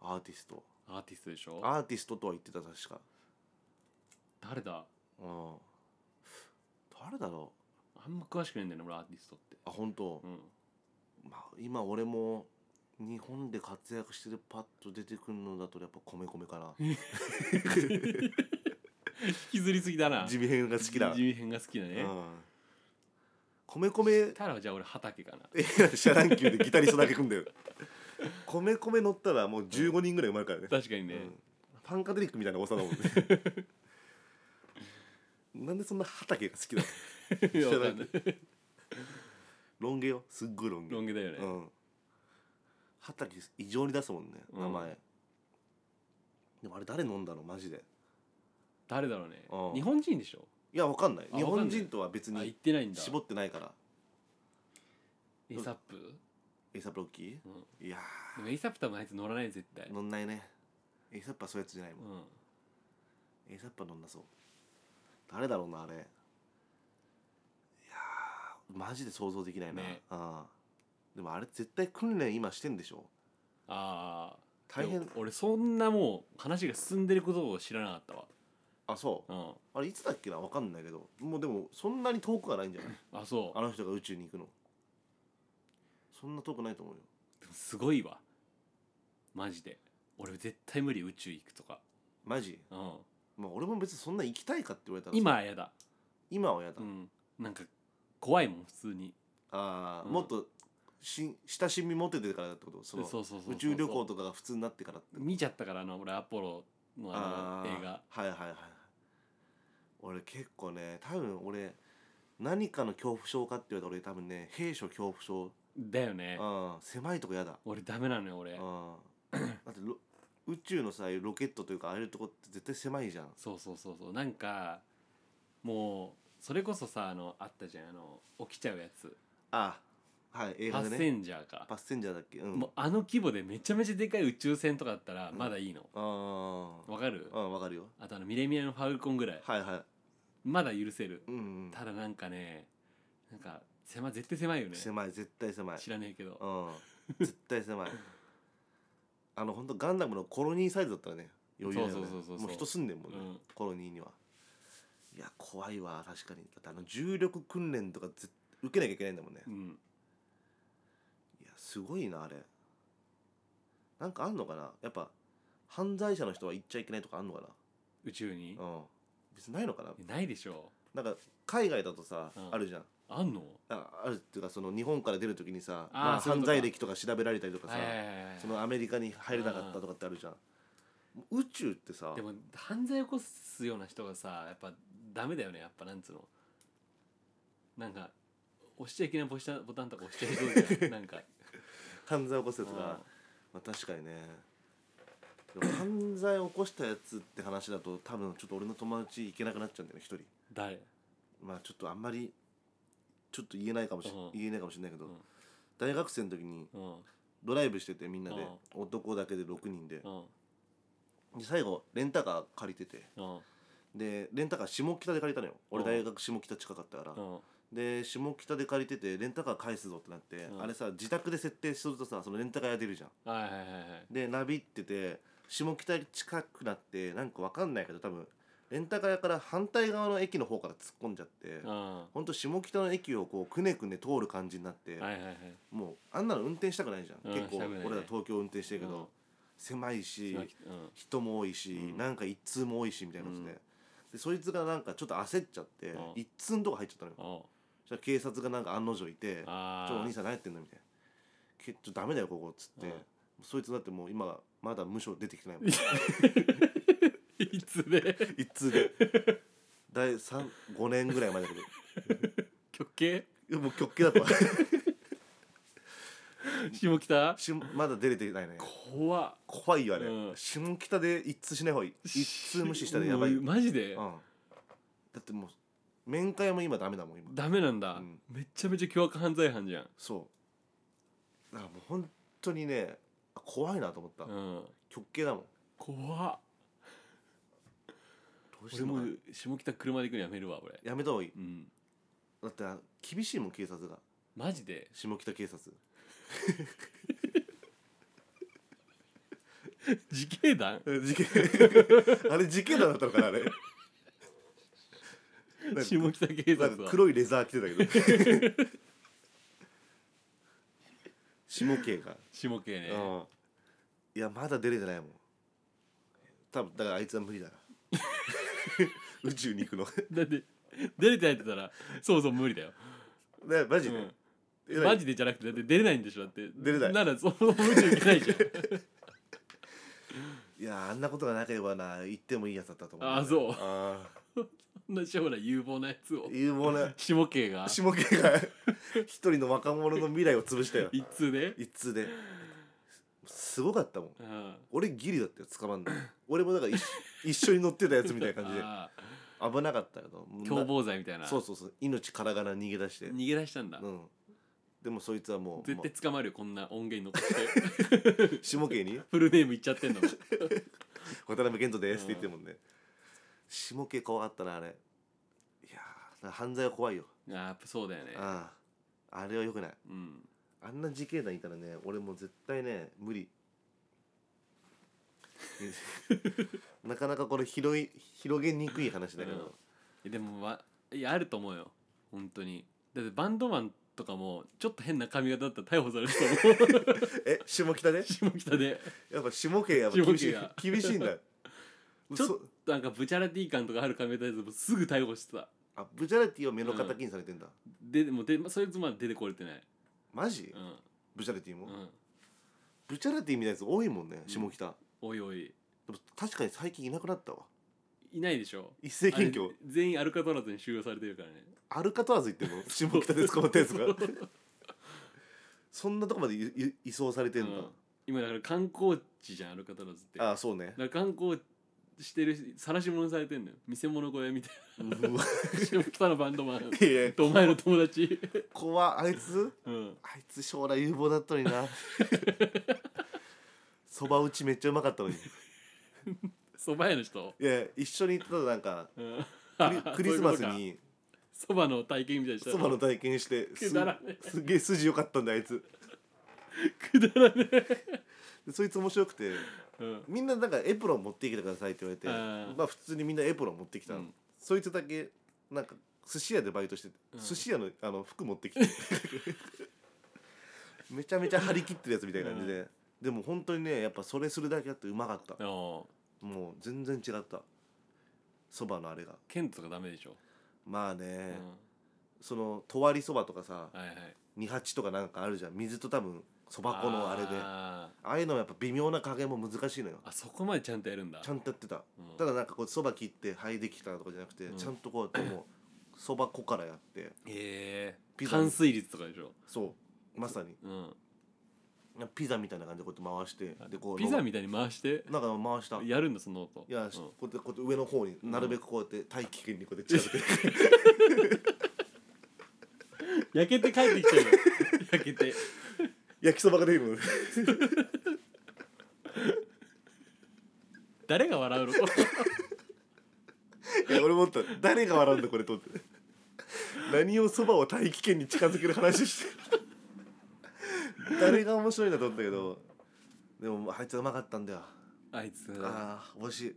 [SPEAKER 1] アーティスト
[SPEAKER 2] アーティストでしょ
[SPEAKER 1] アーティストとは言ってた確か
[SPEAKER 2] 誰だ
[SPEAKER 1] うん誰だろ
[SPEAKER 2] あんま詳しくないんだよね俺アーティストって
[SPEAKER 1] うあ本当、
[SPEAKER 2] うん
[SPEAKER 1] まあ今俺も日本で活躍してるパッと出てくるのだとやっぱ米米かな
[SPEAKER 2] 引きずりすぎだな
[SPEAKER 1] 地味編が好きだ、う
[SPEAKER 2] 地味編が好きだね、
[SPEAKER 1] ん、米米
[SPEAKER 2] たらじゃあ俺畑かな
[SPEAKER 1] えなんでシャランキューでギタリストだけ組んだよ米米乗ったらもう15人ぐらい埋まるからね、
[SPEAKER 2] 確かにね、
[SPEAKER 1] うんパンカデリックみたいな多さだもんね なんでそんな畑が好きだ
[SPEAKER 2] い やわかんない
[SPEAKER 1] ロン毛よすっごいロン毛
[SPEAKER 2] ロン毛だよね、
[SPEAKER 1] うん畑異常に出すもんね
[SPEAKER 2] うん
[SPEAKER 1] 名前、でもあれ誰飲んだのマジで
[SPEAKER 2] 誰だろうね、
[SPEAKER 1] うん
[SPEAKER 2] 日本人でしょ
[SPEAKER 1] いやわかんない
[SPEAKER 2] あ
[SPEAKER 1] 日
[SPEAKER 2] わか
[SPEAKER 1] 本
[SPEAKER 2] んない
[SPEAKER 1] 人とは別
[SPEAKER 2] あ行っ
[SPEAKER 1] に
[SPEAKER 2] てないんだ
[SPEAKER 1] 絞ってないから
[SPEAKER 2] エイサップ、
[SPEAKER 1] エイサップロッキ
[SPEAKER 2] うん、
[SPEAKER 1] ーいや
[SPEAKER 2] でもエイサップ多分あいつ乗らない絶対
[SPEAKER 1] ー飲んないねエイサップはそういうやつじゃないもん
[SPEAKER 2] うん
[SPEAKER 1] エサッパ飲んだそう誰だろうなあれいやーマジで想像できないな、
[SPEAKER 2] ね
[SPEAKER 1] あでもあれ絶対訓練今してんでしょ
[SPEAKER 2] ああ
[SPEAKER 1] 大変
[SPEAKER 2] 俺そんなもう話が進んでることを知らなかったわ
[SPEAKER 1] あそう
[SPEAKER 2] う
[SPEAKER 1] あれいつだっけな分かんないけどもうでもそんなに遠くはないんじゃない
[SPEAKER 2] んあそう
[SPEAKER 1] あの人が宇宙に行くのそんな遠くないと思うよ
[SPEAKER 2] でもすごいわマジで俺絶対無理宇宙行くとか
[SPEAKER 1] マジ
[SPEAKER 2] うん
[SPEAKER 1] まあ俺も別にそんな行きたいかって言われたら
[SPEAKER 2] 今はやだ
[SPEAKER 1] 今はやだ、
[SPEAKER 2] うんなんか怖いもん普通に
[SPEAKER 1] ああ、
[SPEAKER 2] うん
[SPEAKER 1] もっとし親しみ持ててからってことそ
[SPEAKER 2] そう
[SPEAKER 1] の
[SPEAKER 2] そうそうそう
[SPEAKER 1] 宇宙旅行とかが普通になってからってこと
[SPEAKER 2] 見ちゃったからな俺アポロのあの映画
[SPEAKER 1] あーはいはいはい俺結構ね多分俺何かの恐怖症かって言われたら俺多分ね兵所恐怖症
[SPEAKER 2] だよね
[SPEAKER 1] うん狭いとこ嫌だ
[SPEAKER 2] 俺ダメなのよ
[SPEAKER 1] う
[SPEAKER 2] 俺
[SPEAKER 1] んだってロ宇宙のさロケットというかああいうとこって絶対狭いじゃん
[SPEAKER 2] そうそうそうそうなんかもうそれこそさあのあったじゃんあの起きちゃうやつ
[SPEAKER 1] あはい映
[SPEAKER 2] パ
[SPEAKER 1] 画で
[SPEAKER 2] ッセ
[SPEAKER 1] ね
[SPEAKER 2] ンジャーか
[SPEAKER 1] パッセンジャーだっけうん
[SPEAKER 2] もうあの規模でめちゃめちゃでかい宇宙船とかだったらまだいいの
[SPEAKER 1] あ
[SPEAKER 2] わかる
[SPEAKER 1] あうんわかるよ
[SPEAKER 2] あとあのミレミアのファルコンぐらい
[SPEAKER 1] はいは
[SPEAKER 2] まだ許せる
[SPEAKER 1] いうんうん
[SPEAKER 2] ただなんかねなんか狭い絶対狭いよね
[SPEAKER 1] 狭い絶対狭い
[SPEAKER 2] 知らねえけど
[SPEAKER 1] うん絶対狭い あの本当ガンダムのコロニーサイズだったらね余裕だよね
[SPEAKER 2] そうそうそうそうそう
[SPEAKER 1] もう人住んでんもんね、
[SPEAKER 2] うん
[SPEAKER 1] コロニーにはいや怖いわ確かにだってあの重力訓練とかぜ受けなきゃいけないんだもんね、
[SPEAKER 2] うん
[SPEAKER 1] いやすごいなあれなんかあんのかなやっぱ犯罪者の人は行っちゃいけないとかあんのか
[SPEAKER 2] 宇宙に
[SPEAKER 1] なうん別にないのかな
[SPEAKER 2] ないでしょ
[SPEAKER 1] なんか海外だとさ、
[SPEAKER 2] うん
[SPEAKER 1] あるじゃん
[SPEAKER 2] あんの
[SPEAKER 1] ああるっていうかその日本から出る時にさ
[SPEAKER 2] あー
[SPEAKER 1] まあ、
[SPEAKER 2] そういう
[SPEAKER 1] 犯
[SPEAKER 2] ことか
[SPEAKER 1] 罪歴とか調べられたりとかさ、
[SPEAKER 2] はいはいはいはい
[SPEAKER 1] そのアメリカに入れなかったとかってあるじゃん宇宙ってさ
[SPEAKER 2] でも犯罪起こすような人がさやっぱダメだよねやっぱなんつうのなんか押しちゃいけないボタンボタンとか押しちゃいそう じゃんなんか
[SPEAKER 1] 犯罪起こすやつが、
[SPEAKER 2] うん
[SPEAKER 1] まあ、確かにねでも犯罪起こしたやつって話だと多分ちょっと俺の友達行けなくなっちゃうんだよね一人
[SPEAKER 2] 誰
[SPEAKER 1] まあちょっとあんまりちょっと言えないかもし、
[SPEAKER 2] うん
[SPEAKER 1] 言えないかもしれないけど、
[SPEAKER 2] うん
[SPEAKER 1] 大学生の時に
[SPEAKER 2] うん
[SPEAKER 1] ドライブしててみんなで、
[SPEAKER 2] う
[SPEAKER 1] 男だけで6人で,、
[SPEAKER 2] うん
[SPEAKER 1] で最後レンタカー借りてて
[SPEAKER 2] うん
[SPEAKER 1] でレンタカー下北で借りたのよ俺
[SPEAKER 2] うん
[SPEAKER 1] 大学下北近かったから、
[SPEAKER 2] うん
[SPEAKER 1] で下北で借りててレンタカー返すぞってなって、
[SPEAKER 2] うん
[SPEAKER 1] あれさ自宅で設定するとさそのレンタカー屋出るじゃん
[SPEAKER 2] はいはいはいはい
[SPEAKER 1] でナビってて下北近くなってなんかわかんないけど多分レンタカー屋から反対側の駅の方から突っ込んじゃって、
[SPEAKER 2] うんは
[SPEAKER 1] ほんと下北の駅をこうくねくね通る感じになって、
[SPEAKER 2] いはいはい
[SPEAKER 1] もうあんなの運転したくないじゃん、
[SPEAKER 2] うん
[SPEAKER 1] 結構
[SPEAKER 2] したくないね
[SPEAKER 1] 俺ら東京運転してるけど、
[SPEAKER 2] うん
[SPEAKER 1] 狭いし
[SPEAKER 2] うん
[SPEAKER 1] 人も多いし、
[SPEAKER 2] うん
[SPEAKER 1] なんか一通も多いしみたいな感じで,、
[SPEAKER 2] うん
[SPEAKER 1] でそいつがなんかちょっと焦っちゃって、
[SPEAKER 2] うん
[SPEAKER 1] 一通のとこ入っちゃったのよ
[SPEAKER 2] うん
[SPEAKER 1] そしたら警察がなんか案の定いて、
[SPEAKER 2] あ
[SPEAKER 1] ちょお兄さん何やってんのみたいな「けちょダメだよここ」っつって、
[SPEAKER 2] うん
[SPEAKER 1] そいつだってもう今まだ無償出てきてないもん
[SPEAKER 2] あいつで
[SPEAKER 1] 一通で第三5年ぐらい前だけどい
[SPEAKER 2] 極刑
[SPEAKER 1] やもう極刑だとは
[SPEAKER 2] 下北
[SPEAKER 1] しまだ出れてないね
[SPEAKER 2] 怖っ
[SPEAKER 1] 怖いよあれ、
[SPEAKER 2] うん
[SPEAKER 1] 下北で一通しない方がいい一通無視したらやばい、う、
[SPEAKER 2] もうん
[SPEAKER 1] だ
[SPEAKER 2] マジで、
[SPEAKER 1] ってもう面会も今ダメだもん今
[SPEAKER 2] ダメなんだ、
[SPEAKER 1] うん
[SPEAKER 2] めっちゃめちゃ凶悪犯罪犯じゃん
[SPEAKER 1] そうだからもう本当にね怖いなと思った、
[SPEAKER 2] うん
[SPEAKER 1] 極刑だもん
[SPEAKER 2] 怖っ
[SPEAKER 1] どうして
[SPEAKER 2] 俺
[SPEAKER 1] も
[SPEAKER 2] もう下北車で行くのやめるわ俺
[SPEAKER 1] やめた方がいい
[SPEAKER 2] うん
[SPEAKER 1] だってあ厳しいもん警察が
[SPEAKER 2] マジで
[SPEAKER 1] 下北警察
[SPEAKER 2] 自警団
[SPEAKER 1] 事件 あれ事件だったのかなあれなんか
[SPEAKER 2] 下北警
[SPEAKER 1] な
[SPEAKER 2] 察
[SPEAKER 1] んか
[SPEAKER 2] は
[SPEAKER 1] 黒いレザー着てたけど下系が、
[SPEAKER 2] 下系ね、
[SPEAKER 1] うんいやまだ出れてないもん多分だからあいつは無理 だな宇宙に行くの
[SPEAKER 2] だって出れてないって言ったらそうそう無理だよ、
[SPEAKER 1] だからマジで、
[SPEAKER 2] う
[SPEAKER 1] え
[SPEAKER 2] ん、
[SPEAKER 1] らい
[SPEAKER 2] マジでじゃなくてだって出れないんでしょだって
[SPEAKER 1] 出れない
[SPEAKER 2] ならそもそも宇宙行けないじゃん
[SPEAKER 1] いやあんなことがなければな行ってもいいやつだったと思う
[SPEAKER 2] あそう
[SPEAKER 1] あ
[SPEAKER 2] そんな将来有望なやつを
[SPEAKER 1] ー有望な
[SPEAKER 2] 下系が
[SPEAKER 1] 下系が一人の若者の未来を潰したよ
[SPEAKER 2] 一通で、
[SPEAKER 1] 一通ですごかったもん
[SPEAKER 2] うん、
[SPEAKER 1] 俺ギリだったよ捕まんの俺もだから一緒一緒に乗ってたやつみたいな感じで
[SPEAKER 2] あ
[SPEAKER 1] 危なかったけど
[SPEAKER 2] ー共謀罪みたいな
[SPEAKER 1] そうそうそう命からがら逃げ出して
[SPEAKER 2] 逃げ出したんだ、
[SPEAKER 1] うんでもそいつはもう
[SPEAKER 2] 絶対
[SPEAKER 1] ま
[SPEAKER 2] 捕まるよこんな音源残って
[SPEAKER 1] あ下系に
[SPEAKER 2] フルネーム言っちゃって んのもん
[SPEAKER 1] 「渡辺謙人です」って言ってるもんね下系怖かったなあれいやー犯罪は怖いよ
[SPEAKER 2] あーやっぱそうだよね
[SPEAKER 1] あああれはよくない
[SPEAKER 2] うん
[SPEAKER 1] あんな時系団いたらね俺もう絶対ね無理 なかなかこれ広い広げにくい話だけど、
[SPEAKER 2] えでもわいやあると思うよ本当にだってバンドマンとかもちょっと変な髪型だったら逮捕されると 思う
[SPEAKER 1] え下北で
[SPEAKER 2] 下北で
[SPEAKER 1] やっぱ下家やっぱ厳しい
[SPEAKER 2] 下家が
[SPEAKER 1] 厳しいんだ
[SPEAKER 2] ちょっ
[SPEAKER 1] 嘘
[SPEAKER 2] となんかブチャラティ感とかある髪型ですすぐ逮捕してた
[SPEAKER 1] あブチャラティを目の敵にされてんだ、
[SPEAKER 2] ででもでそいつまで出てこれてない
[SPEAKER 1] マジ、
[SPEAKER 2] うん
[SPEAKER 1] ブチャラティも、
[SPEAKER 2] うん
[SPEAKER 1] ブチャラティみたいなやつ多いもんね下北、
[SPEAKER 2] おいおい
[SPEAKER 1] でも確かに最近いなくなったわ
[SPEAKER 2] いないでしょ
[SPEAKER 1] 一斉検挙
[SPEAKER 2] あれ全員アルカトラズに収容されてるからね
[SPEAKER 1] アルカトラズ行ってんの下北で捕まったやつがそんなとこまでいい移送されてんだ、
[SPEAKER 2] うん今だから観光地じゃんアルカトラズって
[SPEAKER 1] ああそうね
[SPEAKER 2] だから観光してるし晒し物されてんのよ見せ物小屋みたいう
[SPEAKER 1] わ
[SPEAKER 2] な下北のバンドマン
[SPEAKER 1] いや
[SPEAKER 2] とお前の友達
[SPEAKER 1] 怖あいつ
[SPEAKER 2] うん
[SPEAKER 1] あいつ将来有望だったのになそば打ちめっちゃうまかったのにい
[SPEAKER 2] そば屋の人
[SPEAKER 1] や一緒に行ったらなんか
[SPEAKER 2] うん
[SPEAKER 1] クリク リスマス
[SPEAKER 2] そういうこ
[SPEAKER 1] に
[SPEAKER 2] とかそばの体験みたいにした
[SPEAKER 1] そばの体験してす
[SPEAKER 2] くだらね
[SPEAKER 1] すげえ筋良かったんだあいつ
[SPEAKER 2] くだらね
[SPEAKER 1] でそいつ面白くて
[SPEAKER 2] うん
[SPEAKER 1] みんななんかエプロン持ってきてくださいって言われて
[SPEAKER 2] うん
[SPEAKER 1] まあ普通にみんなエプロン持ってきたの、
[SPEAKER 2] うん
[SPEAKER 1] そいつだけなんか寿司屋でバイトしてて、
[SPEAKER 2] うん
[SPEAKER 1] 寿司屋のあの服持ってきて めちゃめちゃ張り切ってるやつみたいな感じで、でも本当にねやっぱそれするだけあってうまかった
[SPEAKER 2] あの
[SPEAKER 1] もう全然違ったそばのあれが
[SPEAKER 2] ケントとかダメでしょ
[SPEAKER 1] まあね、
[SPEAKER 2] うん
[SPEAKER 1] そのとわりそばとかさ
[SPEAKER 2] はいはい
[SPEAKER 1] 二八とかなんかあるじゃん水と多分そば粉のあれであ
[SPEAKER 2] あ
[SPEAKER 1] あいうのはやっぱ微妙な加減も難しいのよ
[SPEAKER 2] ーあそこまでちゃんとやるんだ
[SPEAKER 1] ちゃんとやってた
[SPEAKER 2] うん
[SPEAKER 1] ただなんかこうそば切ってはいできたとかじゃなくて、
[SPEAKER 2] うん
[SPEAKER 1] ちゃんとこうやってもうそば粉からやって
[SPEAKER 2] へえ
[SPEAKER 1] ピザ
[SPEAKER 2] 完遂率とかでしょ
[SPEAKER 1] そうまさに
[SPEAKER 2] うん
[SPEAKER 1] ピザみたいな感じでこうやって回してでこう
[SPEAKER 2] ピザみたいに回して
[SPEAKER 1] なんか回したい
[SPEAKER 2] やるんだその音
[SPEAKER 1] や、
[SPEAKER 2] うん
[SPEAKER 1] こうやってこうやって上の方になるべくこうやって大気圏にこうやって近づけて
[SPEAKER 2] 焼けて帰ってきちゃうよ 焼けて
[SPEAKER 1] 焼きそばが出るのね
[SPEAKER 2] 誰が笑うの
[SPEAKER 1] いや俺も思った誰が笑うんだこれと思って何をそばを大気圏に近づける話して誰が面白いんだと思ったけどでもあいつうまかったんだよ、
[SPEAKER 2] あいつ
[SPEAKER 1] ああ美味しい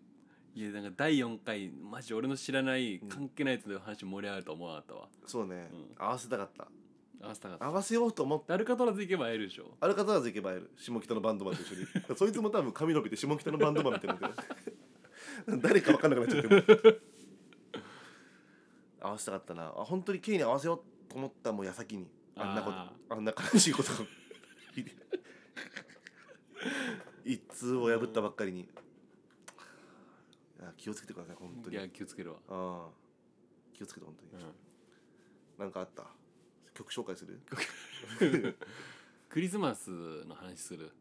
[SPEAKER 2] いやなんか第4回マジ俺の知らない関係ないやつの話盛り上がると思わなかったわ
[SPEAKER 1] そうね、
[SPEAKER 2] うん
[SPEAKER 1] 合わせたかった
[SPEAKER 2] 合わせたかった
[SPEAKER 1] 合わせようと思っ
[SPEAKER 2] でアルカトラズ行けば会えるでしょ
[SPEAKER 1] アルカトラズ行けば会える下北のバンドマンと一緒に そいつも多分髪伸びて下北のバンドマンみたいになって る誰か分かんなくなっちゃってる合わせたかったなあ本当に K に合わせようと思ったもう矢先にあんなこと
[SPEAKER 2] あ
[SPEAKER 1] あんな悲しいことが 一通を破ったばっかりにあ気をつけてください本当
[SPEAKER 2] い
[SPEAKER 1] に
[SPEAKER 2] や気をつけるわ、
[SPEAKER 1] あー気をつけて本当に、
[SPEAKER 2] うん、
[SPEAKER 1] なんかあった曲紹介する
[SPEAKER 2] クリスマスの話する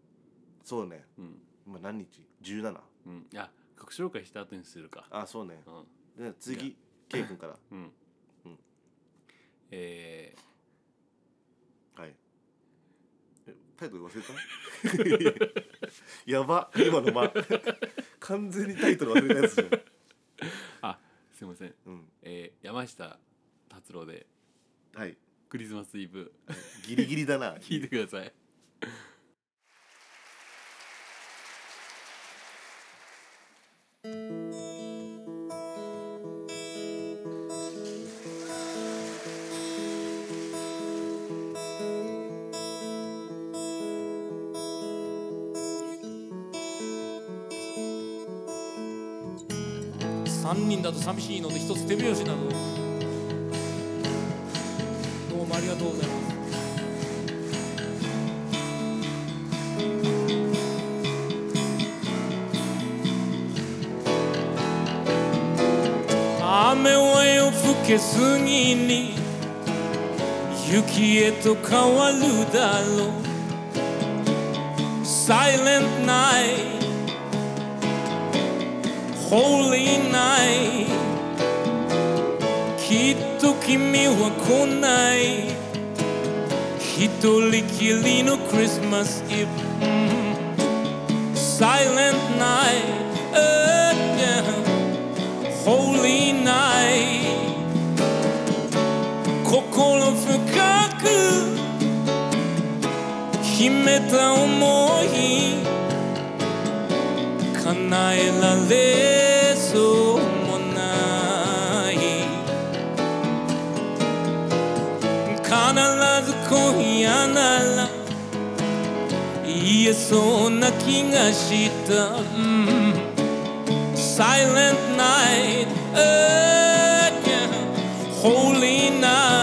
[SPEAKER 1] そうね
[SPEAKER 2] うん
[SPEAKER 1] 今何日 17?
[SPEAKER 2] うんいや曲紹介した後にするか
[SPEAKER 1] あそうね
[SPEAKER 2] うん
[SPEAKER 1] で次 K 君から
[SPEAKER 2] うん、
[SPEAKER 1] うん
[SPEAKER 2] え
[SPEAKER 1] はいえタイトル忘れた やば今の間 完全にタイトル忘れたやつ じゃん、
[SPEAKER 2] ー、あすいません、
[SPEAKER 1] うん、
[SPEAKER 2] えー、山下達郎で
[SPEAKER 1] はい
[SPEAKER 2] クリスマスイブ
[SPEAKER 1] ギ リギリだな
[SPEAKER 2] 聞いてください
[SPEAKER 1] 「
[SPEAKER 3] 3人だと寂しいので一つ手拍子なのどうもありがとうございます雨は夜更け過ぎに雪へと変わるだろう Silent night Holy night きっと君は来ない一人きりのクリスマスイブ Silent night oh, yeah. Holy night 心深く秘めた想い叶えられそうもない必ず今夜なら言えそうな気がした、うん silent night again, holy night.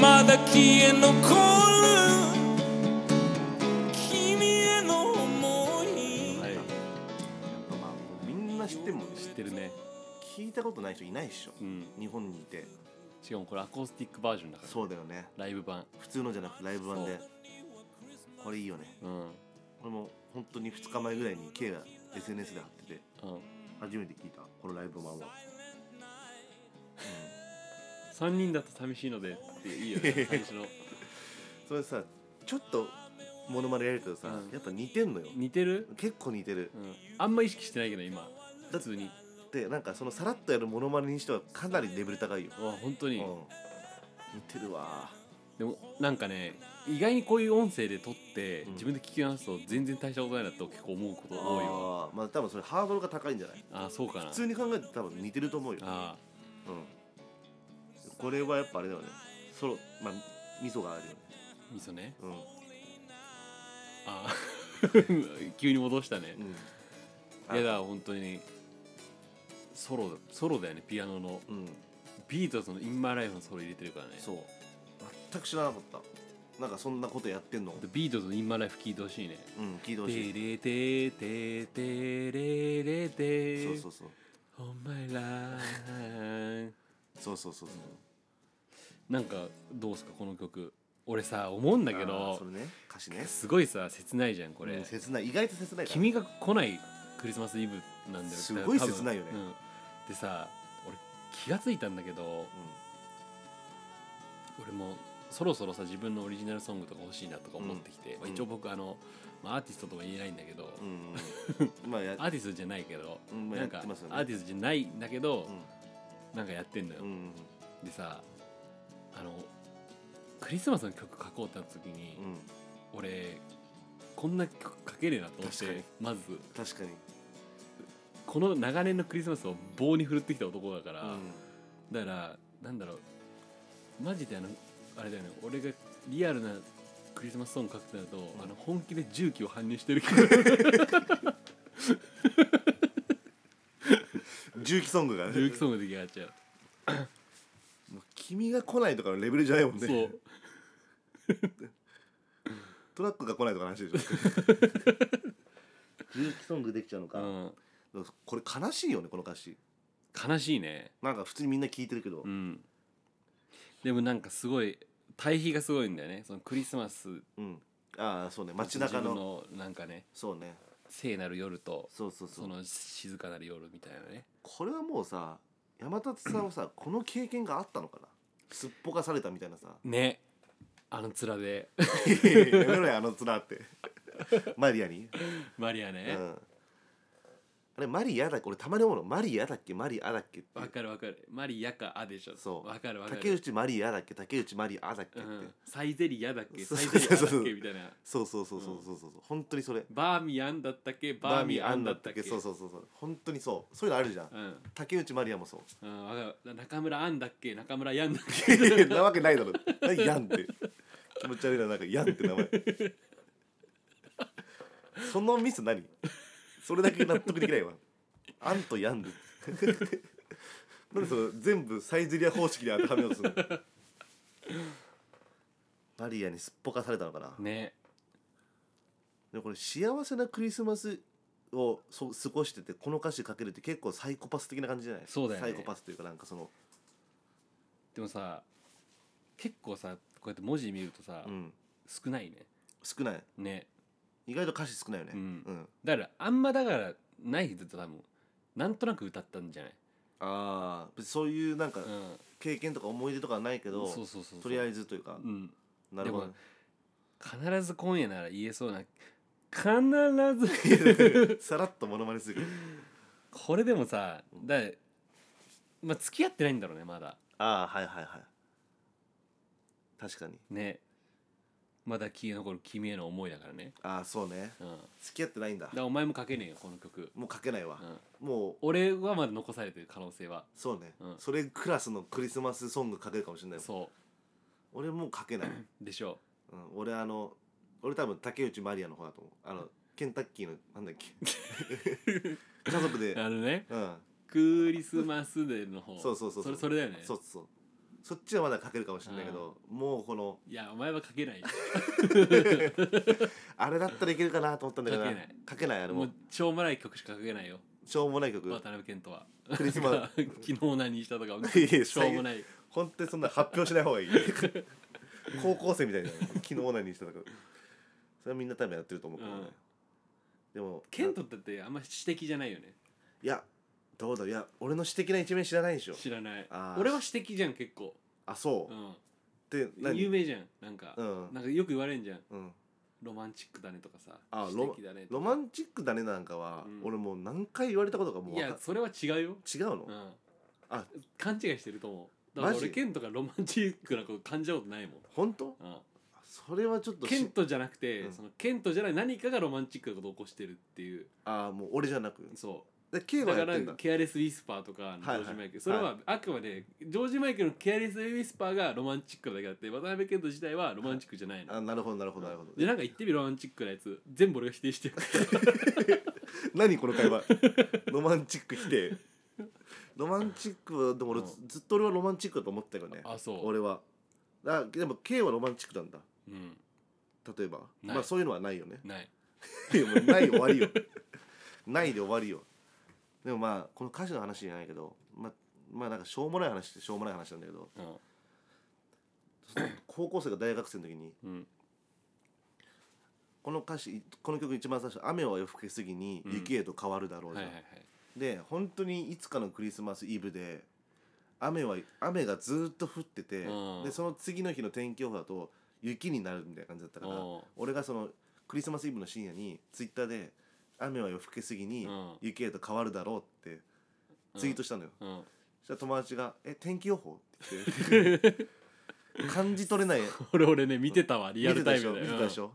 [SPEAKER 3] まだ消え残る君への想い、
[SPEAKER 2] はい
[SPEAKER 1] ぱまあもうみんな知ってるもんね
[SPEAKER 2] 知ってるね
[SPEAKER 1] 聞いたことない人いないっしょ、
[SPEAKER 2] うん
[SPEAKER 1] 日本にいて
[SPEAKER 2] しかもこれアコースティックバージョンだから
[SPEAKER 1] そうだよね
[SPEAKER 2] ライブ版
[SPEAKER 1] 普通のじゃなくてライブ版でこれいいよね
[SPEAKER 2] うん
[SPEAKER 1] 俺も本当に2日前ぐらいに K が SNS で貼ってて
[SPEAKER 2] うん
[SPEAKER 1] 初めて聞いたこのライブ版は
[SPEAKER 2] 3人だと寂しいのでっていい よね最初の
[SPEAKER 1] それさちょっとモノマネやるけどさ、
[SPEAKER 2] うん
[SPEAKER 1] やっぱ似てんのよ
[SPEAKER 2] 似てる、
[SPEAKER 1] 結構似てる
[SPEAKER 2] うん、あんま意識してないけど今普通に
[SPEAKER 1] でなんかそのさらっとやるモノマネにしてはかなりレベル高いよ、
[SPEAKER 2] うわ本当
[SPEAKER 1] うん
[SPEAKER 2] に、、
[SPEAKER 1] 似てるわ
[SPEAKER 2] でもなんかね意外にこういう音声で撮って、
[SPEAKER 1] うん
[SPEAKER 2] 自分で聞き直すと全然大したことないなと結構思うこと多いわ
[SPEAKER 1] あーまあ多分それハードルが高いんじゃない
[SPEAKER 2] ああそうかな
[SPEAKER 1] 普通に考えて多分似てると思うよ、
[SPEAKER 2] あ
[SPEAKER 1] うん、これはやっぱあれだよねソロまあ味噌があるよね
[SPEAKER 2] あみそね
[SPEAKER 1] うん
[SPEAKER 2] ああ 急に戻したね、
[SPEAKER 1] うん
[SPEAKER 2] いやだ
[SPEAKER 1] だ
[SPEAKER 2] から本当にソロだソロだよねピアノの
[SPEAKER 1] うん
[SPEAKER 2] ビートルズの「インマイライフのソロ入れてるからね
[SPEAKER 1] そう全く知らなかったなんかそんなことやってんの
[SPEAKER 2] でビートルズの「インマイライフ聞いてほしいね
[SPEAKER 1] うん聞いてほし
[SPEAKER 2] テ
[SPEAKER 1] い
[SPEAKER 2] レテテテレレテ
[SPEAKER 1] そうそうそう
[SPEAKER 2] お前ら
[SPEAKER 1] そうそうそうそう
[SPEAKER 2] なんかどうすかこの曲俺さ思うんだけ
[SPEAKER 1] あー
[SPEAKER 2] ど
[SPEAKER 1] それね歌詞ね
[SPEAKER 2] すごいさ切ないじゃんこれ、
[SPEAKER 1] うん切ない意外と切ないから
[SPEAKER 2] 君が来ないクリスマスイブなんだよ
[SPEAKER 1] すごい
[SPEAKER 2] 多分
[SPEAKER 1] 切ないよね
[SPEAKER 2] うんでさ俺気がついたんだけど俺もそろそろさ自分のオリジナルソングとか欲しいなとか思ってきて、
[SPEAKER 1] ん
[SPEAKER 2] まあ一応僕あの、まあ、アーティストとは言えないんだけど、
[SPEAKER 1] うんうんまあや
[SPEAKER 2] アーティストじゃないけど、
[SPEAKER 1] うんまあ
[SPEAKER 2] なん
[SPEAKER 1] や
[SPEAKER 2] か、
[SPEAKER 1] ってますよね
[SPEAKER 2] アーティストじゃないんだけど、
[SPEAKER 1] う
[SPEAKER 2] なんかやってんのよ、
[SPEAKER 1] んうん
[SPEAKER 2] でさあのクリスマスの曲書こうってなった時に、
[SPEAKER 1] うん
[SPEAKER 2] 俺こんな曲書けるなと思っ
[SPEAKER 1] 確かに
[SPEAKER 2] てまず
[SPEAKER 1] 確かに
[SPEAKER 2] この長年のクリスマスを棒に振るってきた男だか
[SPEAKER 1] う
[SPEAKER 2] ら、
[SPEAKER 1] ん
[SPEAKER 2] だからなんだろうマジであのあれだよね俺がリアルなクリスマスソング書くってなると、あの本気で重機を搬入してるけど
[SPEAKER 1] 重機ソングがね
[SPEAKER 2] 重機ソングで出来上がっちゃう
[SPEAKER 1] もう君が来ないとかのレベルじゃないもんね
[SPEAKER 2] そう
[SPEAKER 1] トラックが来ないとかの話でし ょ重機ソングできちゃうのか、
[SPEAKER 2] うん、
[SPEAKER 1] これ悲しいよねこの歌詞
[SPEAKER 2] 悲しいね
[SPEAKER 1] なんか普通にみんな聞いてるけど、
[SPEAKER 2] うんでもなんかすごい対比がすごいんだよねそのクリスマス
[SPEAKER 1] うん、ああそうね街中の
[SPEAKER 2] 自分のなんかね
[SPEAKER 1] そうね
[SPEAKER 2] 聖なる夜と
[SPEAKER 1] そうそうそう
[SPEAKER 2] その静かなる夜みたいなね
[SPEAKER 1] これはもうさ山立さんはさこの経験があったのかなすっぽかされたみたいなさ
[SPEAKER 2] ねあの面で
[SPEAKER 1] やめろよあの面ってマリアに、
[SPEAKER 2] マリア
[SPEAKER 1] う
[SPEAKER 2] ね
[SPEAKER 1] ん、あれマリアだ俺たまに思うのマリアだっけマリアだっけって
[SPEAKER 2] わ、かるわかるマリアかあでしょ
[SPEAKER 1] そう
[SPEAKER 2] わかるわかる
[SPEAKER 1] 竹内マリアだっけ竹内マリアだっけ
[SPEAKER 2] う
[SPEAKER 1] って、
[SPEAKER 2] ん、サイゼリアだっけ
[SPEAKER 1] そう
[SPEAKER 2] サ
[SPEAKER 1] そう
[SPEAKER 2] イゼ
[SPEAKER 1] そう
[SPEAKER 2] リア
[SPEAKER 1] そう
[SPEAKER 2] だっけみたいな
[SPEAKER 1] そうそうそうそうそうそう、う本当にそれ
[SPEAKER 2] バーミヤンだったっけバーミアンだったっけ
[SPEAKER 1] そうそうそうそう本当にそうそういうのあるじゃん、
[SPEAKER 2] うん、
[SPEAKER 1] 竹内まりやもそう
[SPEAKER 2] うん、わかる中村アンだっけ中村ヤンだっ け
[SPEAKER 1] いやなわけないだろ何やんって気持ち悪いななんかやんって名前そのミス何それだけ納得できないわあんとやんでなんでその全部サイゼリア方式で当てはめようとするのマリアにすっぽかされたのかな、
[SPEAKER 2] ね
[SPEAKER 1] でもこれ幸せなクリスマスをそ過ごしててこの歌詞かけるって結構サイコパス的な感じじゃない
[SPEAKER 2] そうだよね
[SPEAKER 1] サイコパスというかなんかその
[SPEAKER 2] でもさ結構さこうやって文字見るとさ、
[SPEAKER 1] うん
[SPEAKER 2] 少ないね
[SPEAKER 1] 少ない
[SPEAKER 2] ね
[SPEAKER 1] 意外と歌詞少ないよね
[SPEAKER 2] うんだからあんまだからない人って多分なんとなく歌ったんじゃない、
[SPEAKER 1] ああ別にそういうなんか
[SPEAKER 2] うん、
[SPEAKER 1] 経験とか思い出とかはないけど、
[SPEAKER 2] そうそうそうそう
[SPEAKER 1] とりあ
[SPEAKER 2] ず、
[SPEAKER 1] えずというか、
[SPEAKER 2] うん、
[SPEAKER 1] なるほどね
[SPEAKER 2] 必ず今夜なら言えそうな必ず
[SPEAKER 1] さらっとモノマネするけど
[SPEAKER 2] これでもさだからまあ付き合ってないんだろうねまだ
[SPEAKER 1] ああはいはいはい確かに
[SPEAKER 2] ねまだ消え残る君への思いだからね
[SPEAKER 1] ああそうね
[SPEAKER 2] うんだか
[SPEAKER 1] 付き合ってないんだ
[SPEAKER 2] らお前も書けねえよこの曲、
[SPEAKER 1] もう書けないわ
[SPEAKER 2] う、ん、
[SPEAKER 1] もう
[SPEAKER 2] 俺はまだ残されてる可能性は
[SPEAKER 1] そうね、
[SPEAKER 2] うん
[SPEAKER 1] それクラスのクリスマスソング書けるかもしれないもん
[SPEAKER 2] そ
[SPEAKER 1] 俺もう書 けない、
[SPEAKER 2] うでしょ
[SPEAKER 1] うん、俺あの俺多分竹内まりやの方だと思うあのケンタッキーのなんだっ け 家族で
[SPEAKER 2] うあのね
[SPEAKER 1] うん
[SPEAKER 2] クリスマスデーの方
[SPEAKER 1] そうそうそう
[SPEAKER 2] そうれそれだよね
[SPEAKER 1] そうそうそっちはまだ書けるかもしれないけどもうこの
[SPEAKER 2] いやお前は書けないよ
[SPEAKER 1] あれだったらいけるかなと思ったんだけど
[SPEAKER 2] 書けない
[SPEAKER 1] 書けないあれ
[SPEAKER 2] も
[SPEAKER 1] も
[SPEAKER 2] うしょうもない曲しか書けないよ
[SPEAKER 1] しょうもない曲
[SPEAKER 2] 渡辺謙とは
[SPEAKER 1] クリスマ
[SPEAKER 2] 昨日何したとか
[SPEAKER 1] いや
[SPEAKER 2] しょうもない
[SPEAKER 1] 本当にそんな発表しない方がいい高校生みたいな昨日何にしたとかそれはみんな多分やってると思うけどね、
[SPEAKER 2] うん
[SPEAKER 1] でも
[SPEAKER 2] 謙とだってあんま指摘じゃないよね
[SPEAKER 1] いやどうだろういや俺の私的な一面知らないでしょ
[SPEAKER 2] 知らない
[SPEAKER 1] あー
[SPEAKER 2] 俺は指摘じゃん結構、
[SPEAKER 1] あそう、
[SPEAKER 2] う
[SPEAKER 1] って
[SPEAKER 2] ん、
[SPEAKER 1] 何
[SPEAKER 2] 有名じゃんなんか、
[SPEAKER 1] うん
[SPEAKER 2] なんかよく言われんじゃん
[SPEAKER 1] うん
[SPEAKER 2] ロマンチックだねとかさ
[SPEAKER 1] あ
[SPEAKER 2] 指摘だねと
[SPEAKER 1] ロ
[SPEAKER 2] か
[SPEAKER 1] マンチックだねなんかは、
[SPEAKER 2] うん
[SPEAKER 1] 俺もう何回言われたことがもう
[SPEAKER 2] い
[SPEAKER 1] わか
[SPEAKER 2] やそれは違うよ、
[SPEAKER 1] 違うの、
[SPEAKER 2] うん、
[SPEAKER 1] あ
[SPEAKER 2] 勘違いしてると思うだから
[SPEAKER 1] マジ
[SPEAKER 2] 俺ケントがロマンチックなこと感じたことないもん
[SPEAKER 1] 本当
[SPEAKER 2] う
[SPEAKER 1] それはちょっと
[SPEAKER 2] ん、
[SPEAKER 1] し
[SPEAKER 2] ケントじゃなくて、
[SPEAKER 1] うん
[SPEAKER 2] そのケントじゃない何かがロマンチックなことを起こしてるっていう
[SPEAKER 1] ああもう俺じゃなく
[SPEAKER 2] そ
[SPEAKER 1] で K
[SPEAKER 2] う
[SPEAKER 1] は
[SPEAKER 2] だ
[SPEAKER 1] や
[SPEAKER 2] か
[SPEAKER 1] って
[SPEAKER 2] ら
[SPEAKER 1] んだ
[SPEAKER 2] ケアレスウィスパーとかのジョージ・マイケ
[SPEAKER 1] は
[SPEAKER 2] ル、
[SPEAKER 1] いはい
[SPEAKER 2] それはあくまでジョージ・マイケルのケアレスウィスパーがロマンチックなだけあって渡辺ケント自体はロマンチックじゃないの、
[SPEAKER 1] あなるほどなるほどなるほ
[SPEAKER 2] で
[SPEAKER 1] ど
[SPEAKER 2] なんか言ってみろロマンチックなやつ全部俺が否定してる
[SPEAKER 1] 何この会 話ロマンチック否定ロマンチックはでも俺、
[SPEAKER 2] うん
[SPEAKER 1] ずっと俺はロマンチックだと思ってたけどね
[SPEAKER 2] あそう
[SPEAKER 1] 俺はだでも K はロマンチックなんだ
[SPEAKER 2] うん
[SPEAKER 1] 例えば
[SPEAKER 2] ない
[SPEAKER 1] まあそういうのはないよね
[SPEAKER 2] ない
[SPEAKER 1] いやもうない終わりよないで終わりよでもまあこの歌詞の話じゃないけどまあまあなんかしょうもない話ってしょうもない話なんだ けど
[SPEAKER 2] うん
[SPEAKER 1] その高校生が大学生の時に
[SPEAKER 2] うん
[SPEAKER 1] この歌詞この曲一番最初「雨は夜更けすぎに雪へと変わるだろう」じ
[SPEAKER 2] はい
[SPEAKER 1] ゃん
[SPEAKER 2] はいはい
[SPEAKER 1] で本当にいつかのクリスマスイブで雨は雨がずっと降ってて、
[SPEAKER 2] うん
[SPEAKER 1] でその次の日の天気予報だと雪になるみたいな感じだったから
[SPEAKER 2] おう
[SPEAKER 1] 俺がそのクリスマスイブの深夜にツイッターで「雨は夜更けすぎに
[SPEAKER 2] うん
[SPEAKER 1] 雪へと変わるだろう」ってツイートしたのよ、
[SPEAKER 2] うん
[SPEAKER 1] そしたら友達が「え天気予報?」って来 て感じ取れない
[SPEAKER 2] 俺俺ね見てたわリア
[SPEAKER 1] 見て
[SPEAKER 2] ル
[SPEAKER 1] た
[SPEAKER 2] タ
[SPEAKER 1] で
[SPEAKER 2] イ
[SPEAKER 1] し
[SPEAKER 2] ム
[SPEAKER 1] ょ
[SPEAKER 2] で
[SPEAKER 1] 見てたでしょ、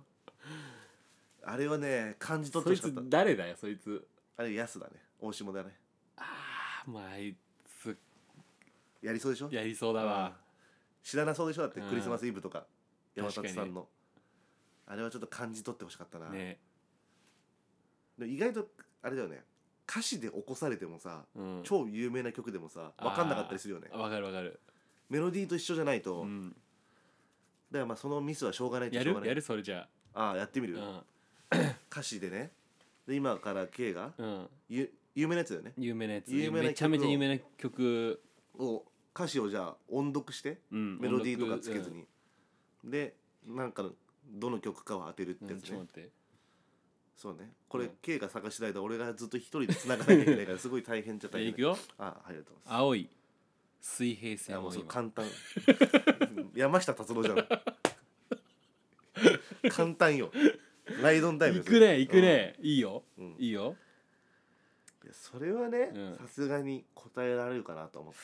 [SPEAKER 1] あれはね感じ
[SPEAKER 2] うん
[SPEAKER 1] 取って
[SPEAKER 2] そ
[SPEAKER 1] ほ
[SPEAKER 2] い
[SPEAKER 1] しかっ
[SPEAKER 2] つ
[SPEAKER 1] た
[SPEAKER 2] 誰だよそいつ
[SPEAKER 1] あれ安だね大下だね
[SPEAKER 2] あーまああいつ
[SPEAKER 1] やりそうでしょ
[SPEAKER 2] やりそうだわ、
[SPEAKER 1] 知らなそうでしょだって
[SPEAKER 2] うん
[SPEAKER 1] クリスマスイブとか山里さ
[SPEAKER 2] 確
[SPEAKER 1] んのあれはちょっと感じ取ってほしかったな、
[SPEAKER 2] ね
[SPEAKER 1] でも意外とあれだよね歌詞で起こされてもさ、
[SPEAKER 2] うん
[SPEAKER 1] 超有名な曲でもさ分かんなかったりするよね
[SPEAKER 2] わかるわかる、
[SPEAKER 1] メロディーと一緒じゃないと、
[SPEAKER 2] うん、
[SPEAKER 1] だからまあそのミスはしょうがないっちゃ
[SPEAKER 2] や
[SPEAKER 1] しょう
[SPEAKER 2] る
[SPEAKER 1] がない
[SPEAKER 2] やるそれじゃ
[SPEAKER 1] ああやってみる、
[SPEAKER 2] あ
[SPEAKER 1] 歌詞でねで今から K が
[SPEAKER 2] うん、うん、
[SPEAKER 1] ゆ有名なやつだよね
[SPEAKER 2] 有名なやつ
[SPEAKER 1] 有名な曲を
[SPEAKER 2] めちゃめちゃ有名な曲、
[SPEAKER 1] を歌詞をじゃあ音読して
[SPEAKER 2] うん、
[SPEAKER 1] メロディーと
[SPEAKER 2] 音
[SPEAKER 1] か
[SPEAKER 2] 楽
[SPEAKER 1] つけずに、でなんかのどの曲かを当てるって
[SPEAKER 2] う
[SPEAKER 1] や
[SPEAKER 2] ん、
[SPEAKER 1] つ
[SPEAKER 2] ちょっと
[SPEAKER 1] ね
[SPEAKER 2] 待って
[SPEAKER 1] そうねこれ、
[SPEAKER 2] うん
[SPEAKER 1] K が探してる間俺がずっと一人で繋がなきゃいけないからすごい大変っちゃ
[SPEAKER 2] じゃ
[SPEAKER 1] 大
[SPEAKER 2] あ
[SPEAKER 1] 変
[SPEAKER 2] いくよ
[SPEAKER 1] あありがとうございます
[SPEAKER 2] 青い水平
[SPEAKER 1] いや
[SPEAKER 2] 線
[SPEAKER 1] も
[SPEAKER 2] を
[SPEAKER 1] うそう
[SPEAKER 2] 今
[SPEAKER 1] 簡単山下達郎じゃん簡単よライドンダイブ
[SPEAKER 2] 行くね行く、ね、いいよ
[SPEAKER 1] うんうんい
[SPEAKER 2] いいよ
[SPEAKER 1] やそれはね
[SPEAKER 2] うん
[SPEAKER 1] さすがに答えられるかなと思った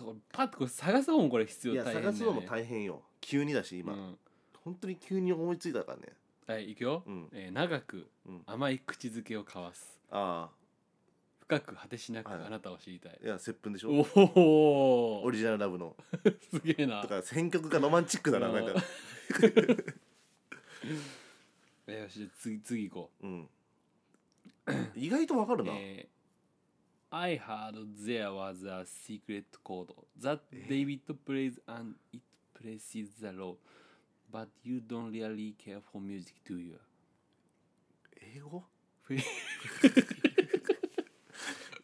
[SPEAKER 1] けど
[SPEAKER 2] パッとこれ探す方もこれ必
[SPEAKER 1] い
[SPEAKER 2] 要
[SPEAKER 1] や
[SPEAKER 2] 大変だ
[SPEAKER 1] 探
[SPEAKER 2] よ、
[SPEAKER 1] すの
[SPEAKER 2] ね、
[SPEAKER 1] も大変よ急にだし今、
[SPEAKER 2] うん
[SPEAKER 1] 本当に急に思いついたからね
[SPEAKER 2] はい行くよ、
[SPEAKER 1] うん
[SPEAKER 2] えー長く
[SPEAKER 1] うん
[SPEAKER 2] 甘い口づけを交わす
[SPEAKER 1] あ
[SPEAKER 2] 深く果てしなく
[SPEAKER 1] はいはい
[SPEAKER 2] あなたを知りたい、
[SPEAKER 1] あいや接吻でしょ
[SPEAKER 2] おお
[SPEAKER 1] オリジナルラブの
[SPEAKER 2] すげえな
[SPEAKER 1] とか選曲がロマンチックだな
[SPEAKER 2] うん
[SPEAKER 1] なんか
[SPEAKER 2] えーよしじゃあ次次行こ
[SPEAKER 1] うん意外とわか
[SPEAKER 2] う
[SPEAKER 1] るな、
[SPEAKER 2] えー I heard there was a secret code that David plays and it places the road but you don't really care for music do you
[SPEAKER 1] 英語
[SPEAKER 2] ふい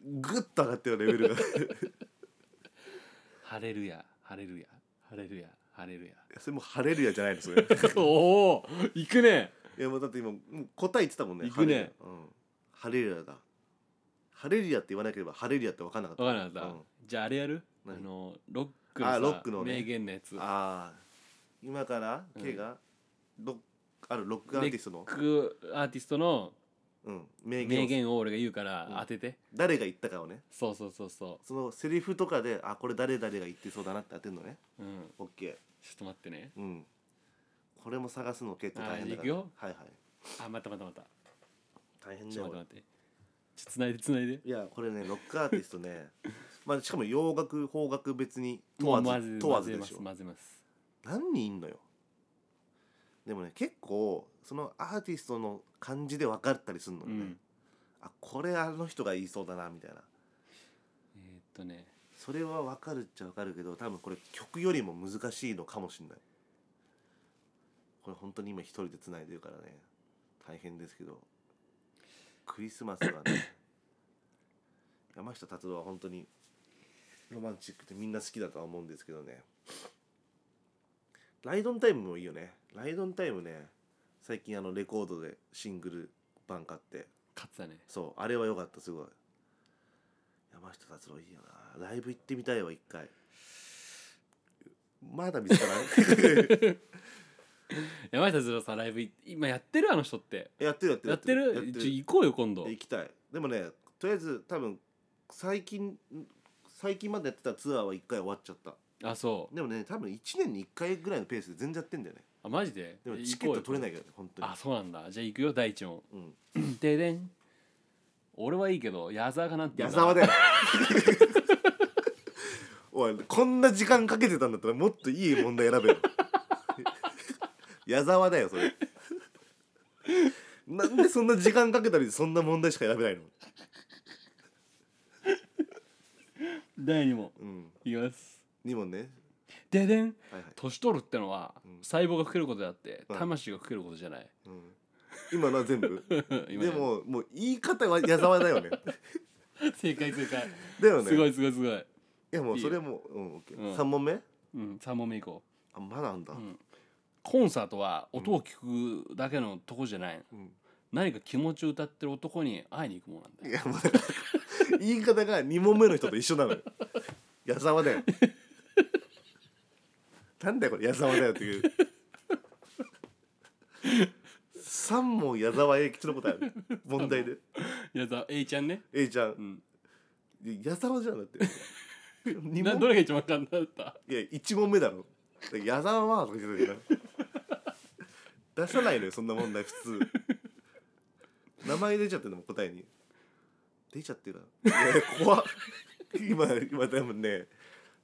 [SPEAKER 1] グッと上がったよレベルが
[SPEAKER 2] ハレルヤハレルヤハレルヤハレル ヤ
[SPEAKER 1] それもうハレルヤじゃないの それい
[SPEAKER 2] おお行くね
[SPEAKER 1] やもうだって今もう答え言ってたもんね
[SPEAKER 2] 行くね
[SPEAKER 1] ハレルヤ,、うん、ハレルヤだハレルヤって言わなければハレルヤって分かんなかった
[SPEAKER 2] わからなかった、
[SPEAKER 1] うん
[SPEAKER 2] じゃああれやるあ
[SPEAKER 1] 何
[SPEAKER 2] のロックのさ
[SPEAKER 1] あロックのね
[SPEAKER 2] 名言のやつロ
[SPEAKER 1] ああ今から
[SPEAKER 2] うん
[SPEAKER 1] ケがロックあるロックアーティストの
[SPEAKER 2] ッ、クアーティストの
[SPEAKER 1] うん、名言を
[SPEAKER 2] 名言を俺が言うから
[SPEAKER 1] うん
[SPEAKER 2] 当てて、
[SPEAKER 1] 誰が言ったかをね
[SPEAKER 2] そうそうそうそ
[SPEAKER 1] そのセリフとかであこれ誰々が言ってそうだなって当てるのね
[SPEAKER 2] ううん
[SPEAKER 1] オッケ
[SPEAKER 2] ちょっと待ってね
[SPEAKER 1] ーうんこれも探すの結構大変だから
[SPEAKER 2] あーいくよ
[SPEAKER 1] はいはい
[SPEAKER 2] あ待った待った待った
[SPEAKER 1] 大変
[SPEAKER 2] ち
[SPEAKER 1] だ
[SPEAKER 2] ょ
[SPEAKER 1] よ
[SPEAKER 2] っと
[SPEAKER 1] 俺
[SPEAKER 2] 待って待ってちょつないでつないで
[SPEAKER 1] いやこれねロックアーティスト ねまあしかも洋楽邦楽別に
[SPEAKER 2] も
[SPEAKER 1] 問
[SPEAKER 2] う
[SPEAKER 1] わ
[SPEAKER 2] 混
[SPEAKER 1] ず
[SPEAKER 2] ぜ
[SPEAKER 1] 問わ
[SPEAKER 2] 混
[SPEAKER 1] ず
[SPEAKER 2] ぜ
[SPEAKER 1] で
[SPEAKER 2] ま
[SPEAKER 1] し
[SPEAKER 2] す
[SPEAKER 1] ょ
[SPEAKER 2] 混ぜます
[SPEAKER 1] 何人いんのよでもね結構そのアーティストの感じで分かったりするの
[SPEAKER 2] う
[SPEAKER 1] よね、
[SPEAKER 2] ん
[SPEAKER 1] あこれあの人が言いそうだなみたいな
[SPEAKER 2] えーっとね
[SPEAKER 1] それは分かるっちゃ分かるけど多分これ曲よりも難しいのかもしんないこれ本当に今一人でつないでるからね大変ですけどクリスマスはね 山下達郎は本当にロマンチックでみんな好きだとは思うんですけどねライドンタイムもいいよねライドンタイムね最近あのレコードでシングル版買って
[SPEAKER 2] 勝つだね
[SPEAKER 1] そうあれは良かったすごい山下達郎いいよなライブ行ってみたいわ一回まだ見つ からない
[SPEAKER 2] 山下達郎さんライブい今やってるあの人って
[SPEAKER 1] やってるやってる
[SPEAKER 2] やってる
[SPEAKER 1] やって
[SPEAKER 2] ちょ
[SPEAKER 1] る
[SPEAKER 2] 行こうよ今度
[SPEAKER 1] 行きたいでもねとりあえず多分最近最近までやってたツアーは一回終わっちゃった
[SPEAKER 2] あそう
[SPEAKER 1] でもね多分1年に1回ぐらいのペースで全然やってんだよね
[SPEAKER 2] あマジで
[SPEAKER 1] でもチケット取れない
[SPEAKER 2] い
[SPEAKER 1] けどね本当に
[SPEAKER 2] あそうなんだじゃあ行くよ第一 問
[SPEAKER 1] うん
[SPEAKER 2] ででん俺はいいけど矢沢かなっていう
[SPEAKER 1] 矢
[SPEAKER 2] な
[SPEAKER 1] 沢だよ おいこんな時間かけてたんだったらもっといい問題選べよ 矢沢だよそれ なんでそんな時間かけたりそんな問題しか選べないの
[SPEAKER 2] 第二問
[SPEAKER 1] うん
[SPEAKER 2] いきます
[SPEAKER 1] 2問ね
[SPEAKER 2] ででん
[SPEAKER 1] はいはい、
[SPEAKER 2] 年取るってのは
[SPEAKER 1] うん
[SPEAKER 2] 細胞が老けることであって
[SPEAKER 1] うん
[SPEAKER 2] 魂が老けることじゃない
[SPEAKER 1] うん、今のは全部
[SPEAKER 2] 今
[SPEAKER 1] でももう言い方は矢沢だよね
[SPEAKER 2] 正解正解
[SPEAKER 1] だよね
[SPEAKER 2] すご
[SPEAKER 1] い
[SPEAKER 2] いすごいすごい
[SPEAKER 1] やもうそれもう、んオッケ
[SPEAKER 2] う
[SPEAKER 1] ー
[SPEAKER 2] ん
[SPEAKER 1] 3問目
[SPEAKER 2] うん3問目いこ
[SPEAKER 1] あまだあんだ、
[SPEAKER 2] う、うん、コンサートは音を聞くだけのとこじゃない、
[SPEAKER 1] うん
[SPEAKER 2] 何か気持ちを歌ってる男に会いに行くものなんだ
[SPEAKER 1] い
[SPEAKER 2] よ
[SPEAKER 1] やもうだから言い方が2問目の人と一緒なのよ矢沢だよなんだよこれ矢沢だよっていう3問矢沢永吉のことある問題で
[SPEAKER 2] 矢沢 A ちゃんね
[SPEAKER 1] A ちゃん
[SPEAKER 2] うん
[SPEAKER 1] 矢沢じゃんだ って2
[SPEAKER 2] な
[SPEAKER 1] 問
[SPEAKER 2] どれが一番簡単だった
[SPEAKER 1] いや1問目だろだから矢沢はとか言ってたけど出さないのよそんな問題普通名前出ちゃってるのもん答えに出ちゃってるからいやいや怖っ今今多分ね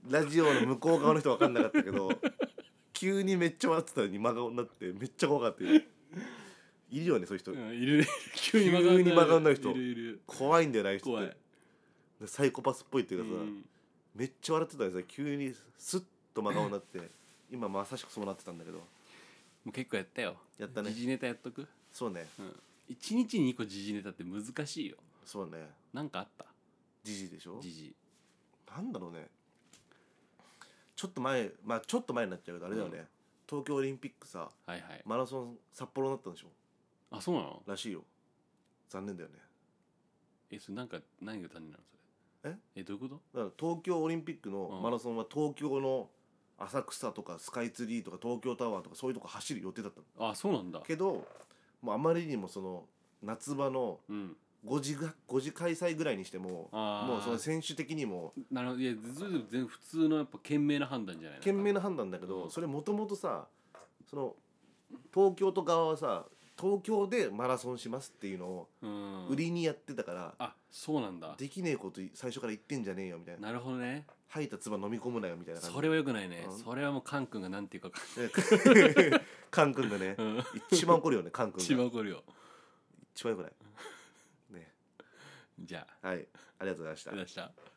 [SPEAKER 1] ラジオの向こう側の人分かんなかったけど急にめっちゃ笑ってたのに真顔になってめっちゃ怖かったよいるよねそういう人、
[SPEAKER 2] うんい る急に
[SPEAKER 1] 急に曲がんない人
[SPEAKER 2] いるいる
[SPEAKER 1] 怖いんだよなああいう人
[SPEAKER 2] 怖
[SPEAKER 1] っ
[SPEAKER 2] い
[SPEAKER 1] て、サイコパスっぽいっていううかさ、
[SPEAKER 2] ん、
[SPEAKER 1] めっちゃ笑ってたんですよ急にスッと真顔になって今まさしくそうなってたんだけど
[SPEAKER 2] もう結構やったよ
[SPEAKER 1] やったね
[SPEAKER 2] 時事ネタやっとく、
[SPEAKER 1] そうね
[SPEAKER 2] うん、1日に2個時事ネタって難しいよ
[SPEAKER 1] そうね
[SPEAKER 2] なんかあった
[SPEAKER 1] じじでしょ
[SPEAKER 2] 時事
[SPEAKER 1] なんだろうねちょっと前まあちょっと前になっちゃうけどあれだよね、
[SPEAKER 2] うん
[SPEAKER 1] 東京オリンピックさ
[SPEAKER 2] はいはい
[SPEAKER 1] マラソン札幌になったんでしょ
[SPEAKER 2] あそうなの
[SPEAKER 1] らしいよ残念だよね
[SPEAKER 2] えそれなんか何が単になのそれ
[SPEAKER 1] え
[SPEAKER 2] えどういうこと
[SPEAKER 1] だから東京オリンピックのマラソンは東京の浅草とかスカイツリーとか東京タワーとかそういうとこ走る予定だったの
[SPEAKER 2] あそうなんだ
[SPEAKER 1] けどもうあまりにもその夏場の
[SPEAKER 2] うん
[SPEAKER 1] 5時が5時開催ぐらいにしても
[SPEAKER 2] あー
[SPEAKER 1] もうその選手的にも
[SPEAKER 2] なるほどいやずず全然普通のやっぱ賢明な判断じゃないの
[SPEAKER 1] 賢明な判断だけど、
[SPEAKER 2] うん
[SPEAKER 1] それもともとさその東京都側はさ東京でマラソンしますっていうのを
[SPEAKER 2] うん
[SPEAKER 1] 売りにやってたから、
[SPEAKER 2] あそうなんだ
[SPEAKER 1] できねえこと最初から言ってんじゃねえよみたいな
[SPEAKER 2] なるほどね
[SPEAKER 1] 吐いた唾飲み込むなよみたいな感じ
[SPEAKER 2] それはよくないね、
[SPEAKER 1] うん
[SPEAKER 2] それはもうカン君がなんていうか
[SPEAKER 1] ねカン君がね、
[SPEAKER 2] うん
[SPEAKER 1] 一番怒るよねカン君
[SPEAKER 2] 一
[SPEAKER 1] が
[SPEAKER 2] 番怒るよ
[SPEAKER 1] 一番よくないね
[SPEAKER 2] じゃあ
[SPEAKER 1] はいありがとうございまし
[SPEAKER 2] あ
[SPEAKER 1] た
[SPEAKER 2] りがとうございました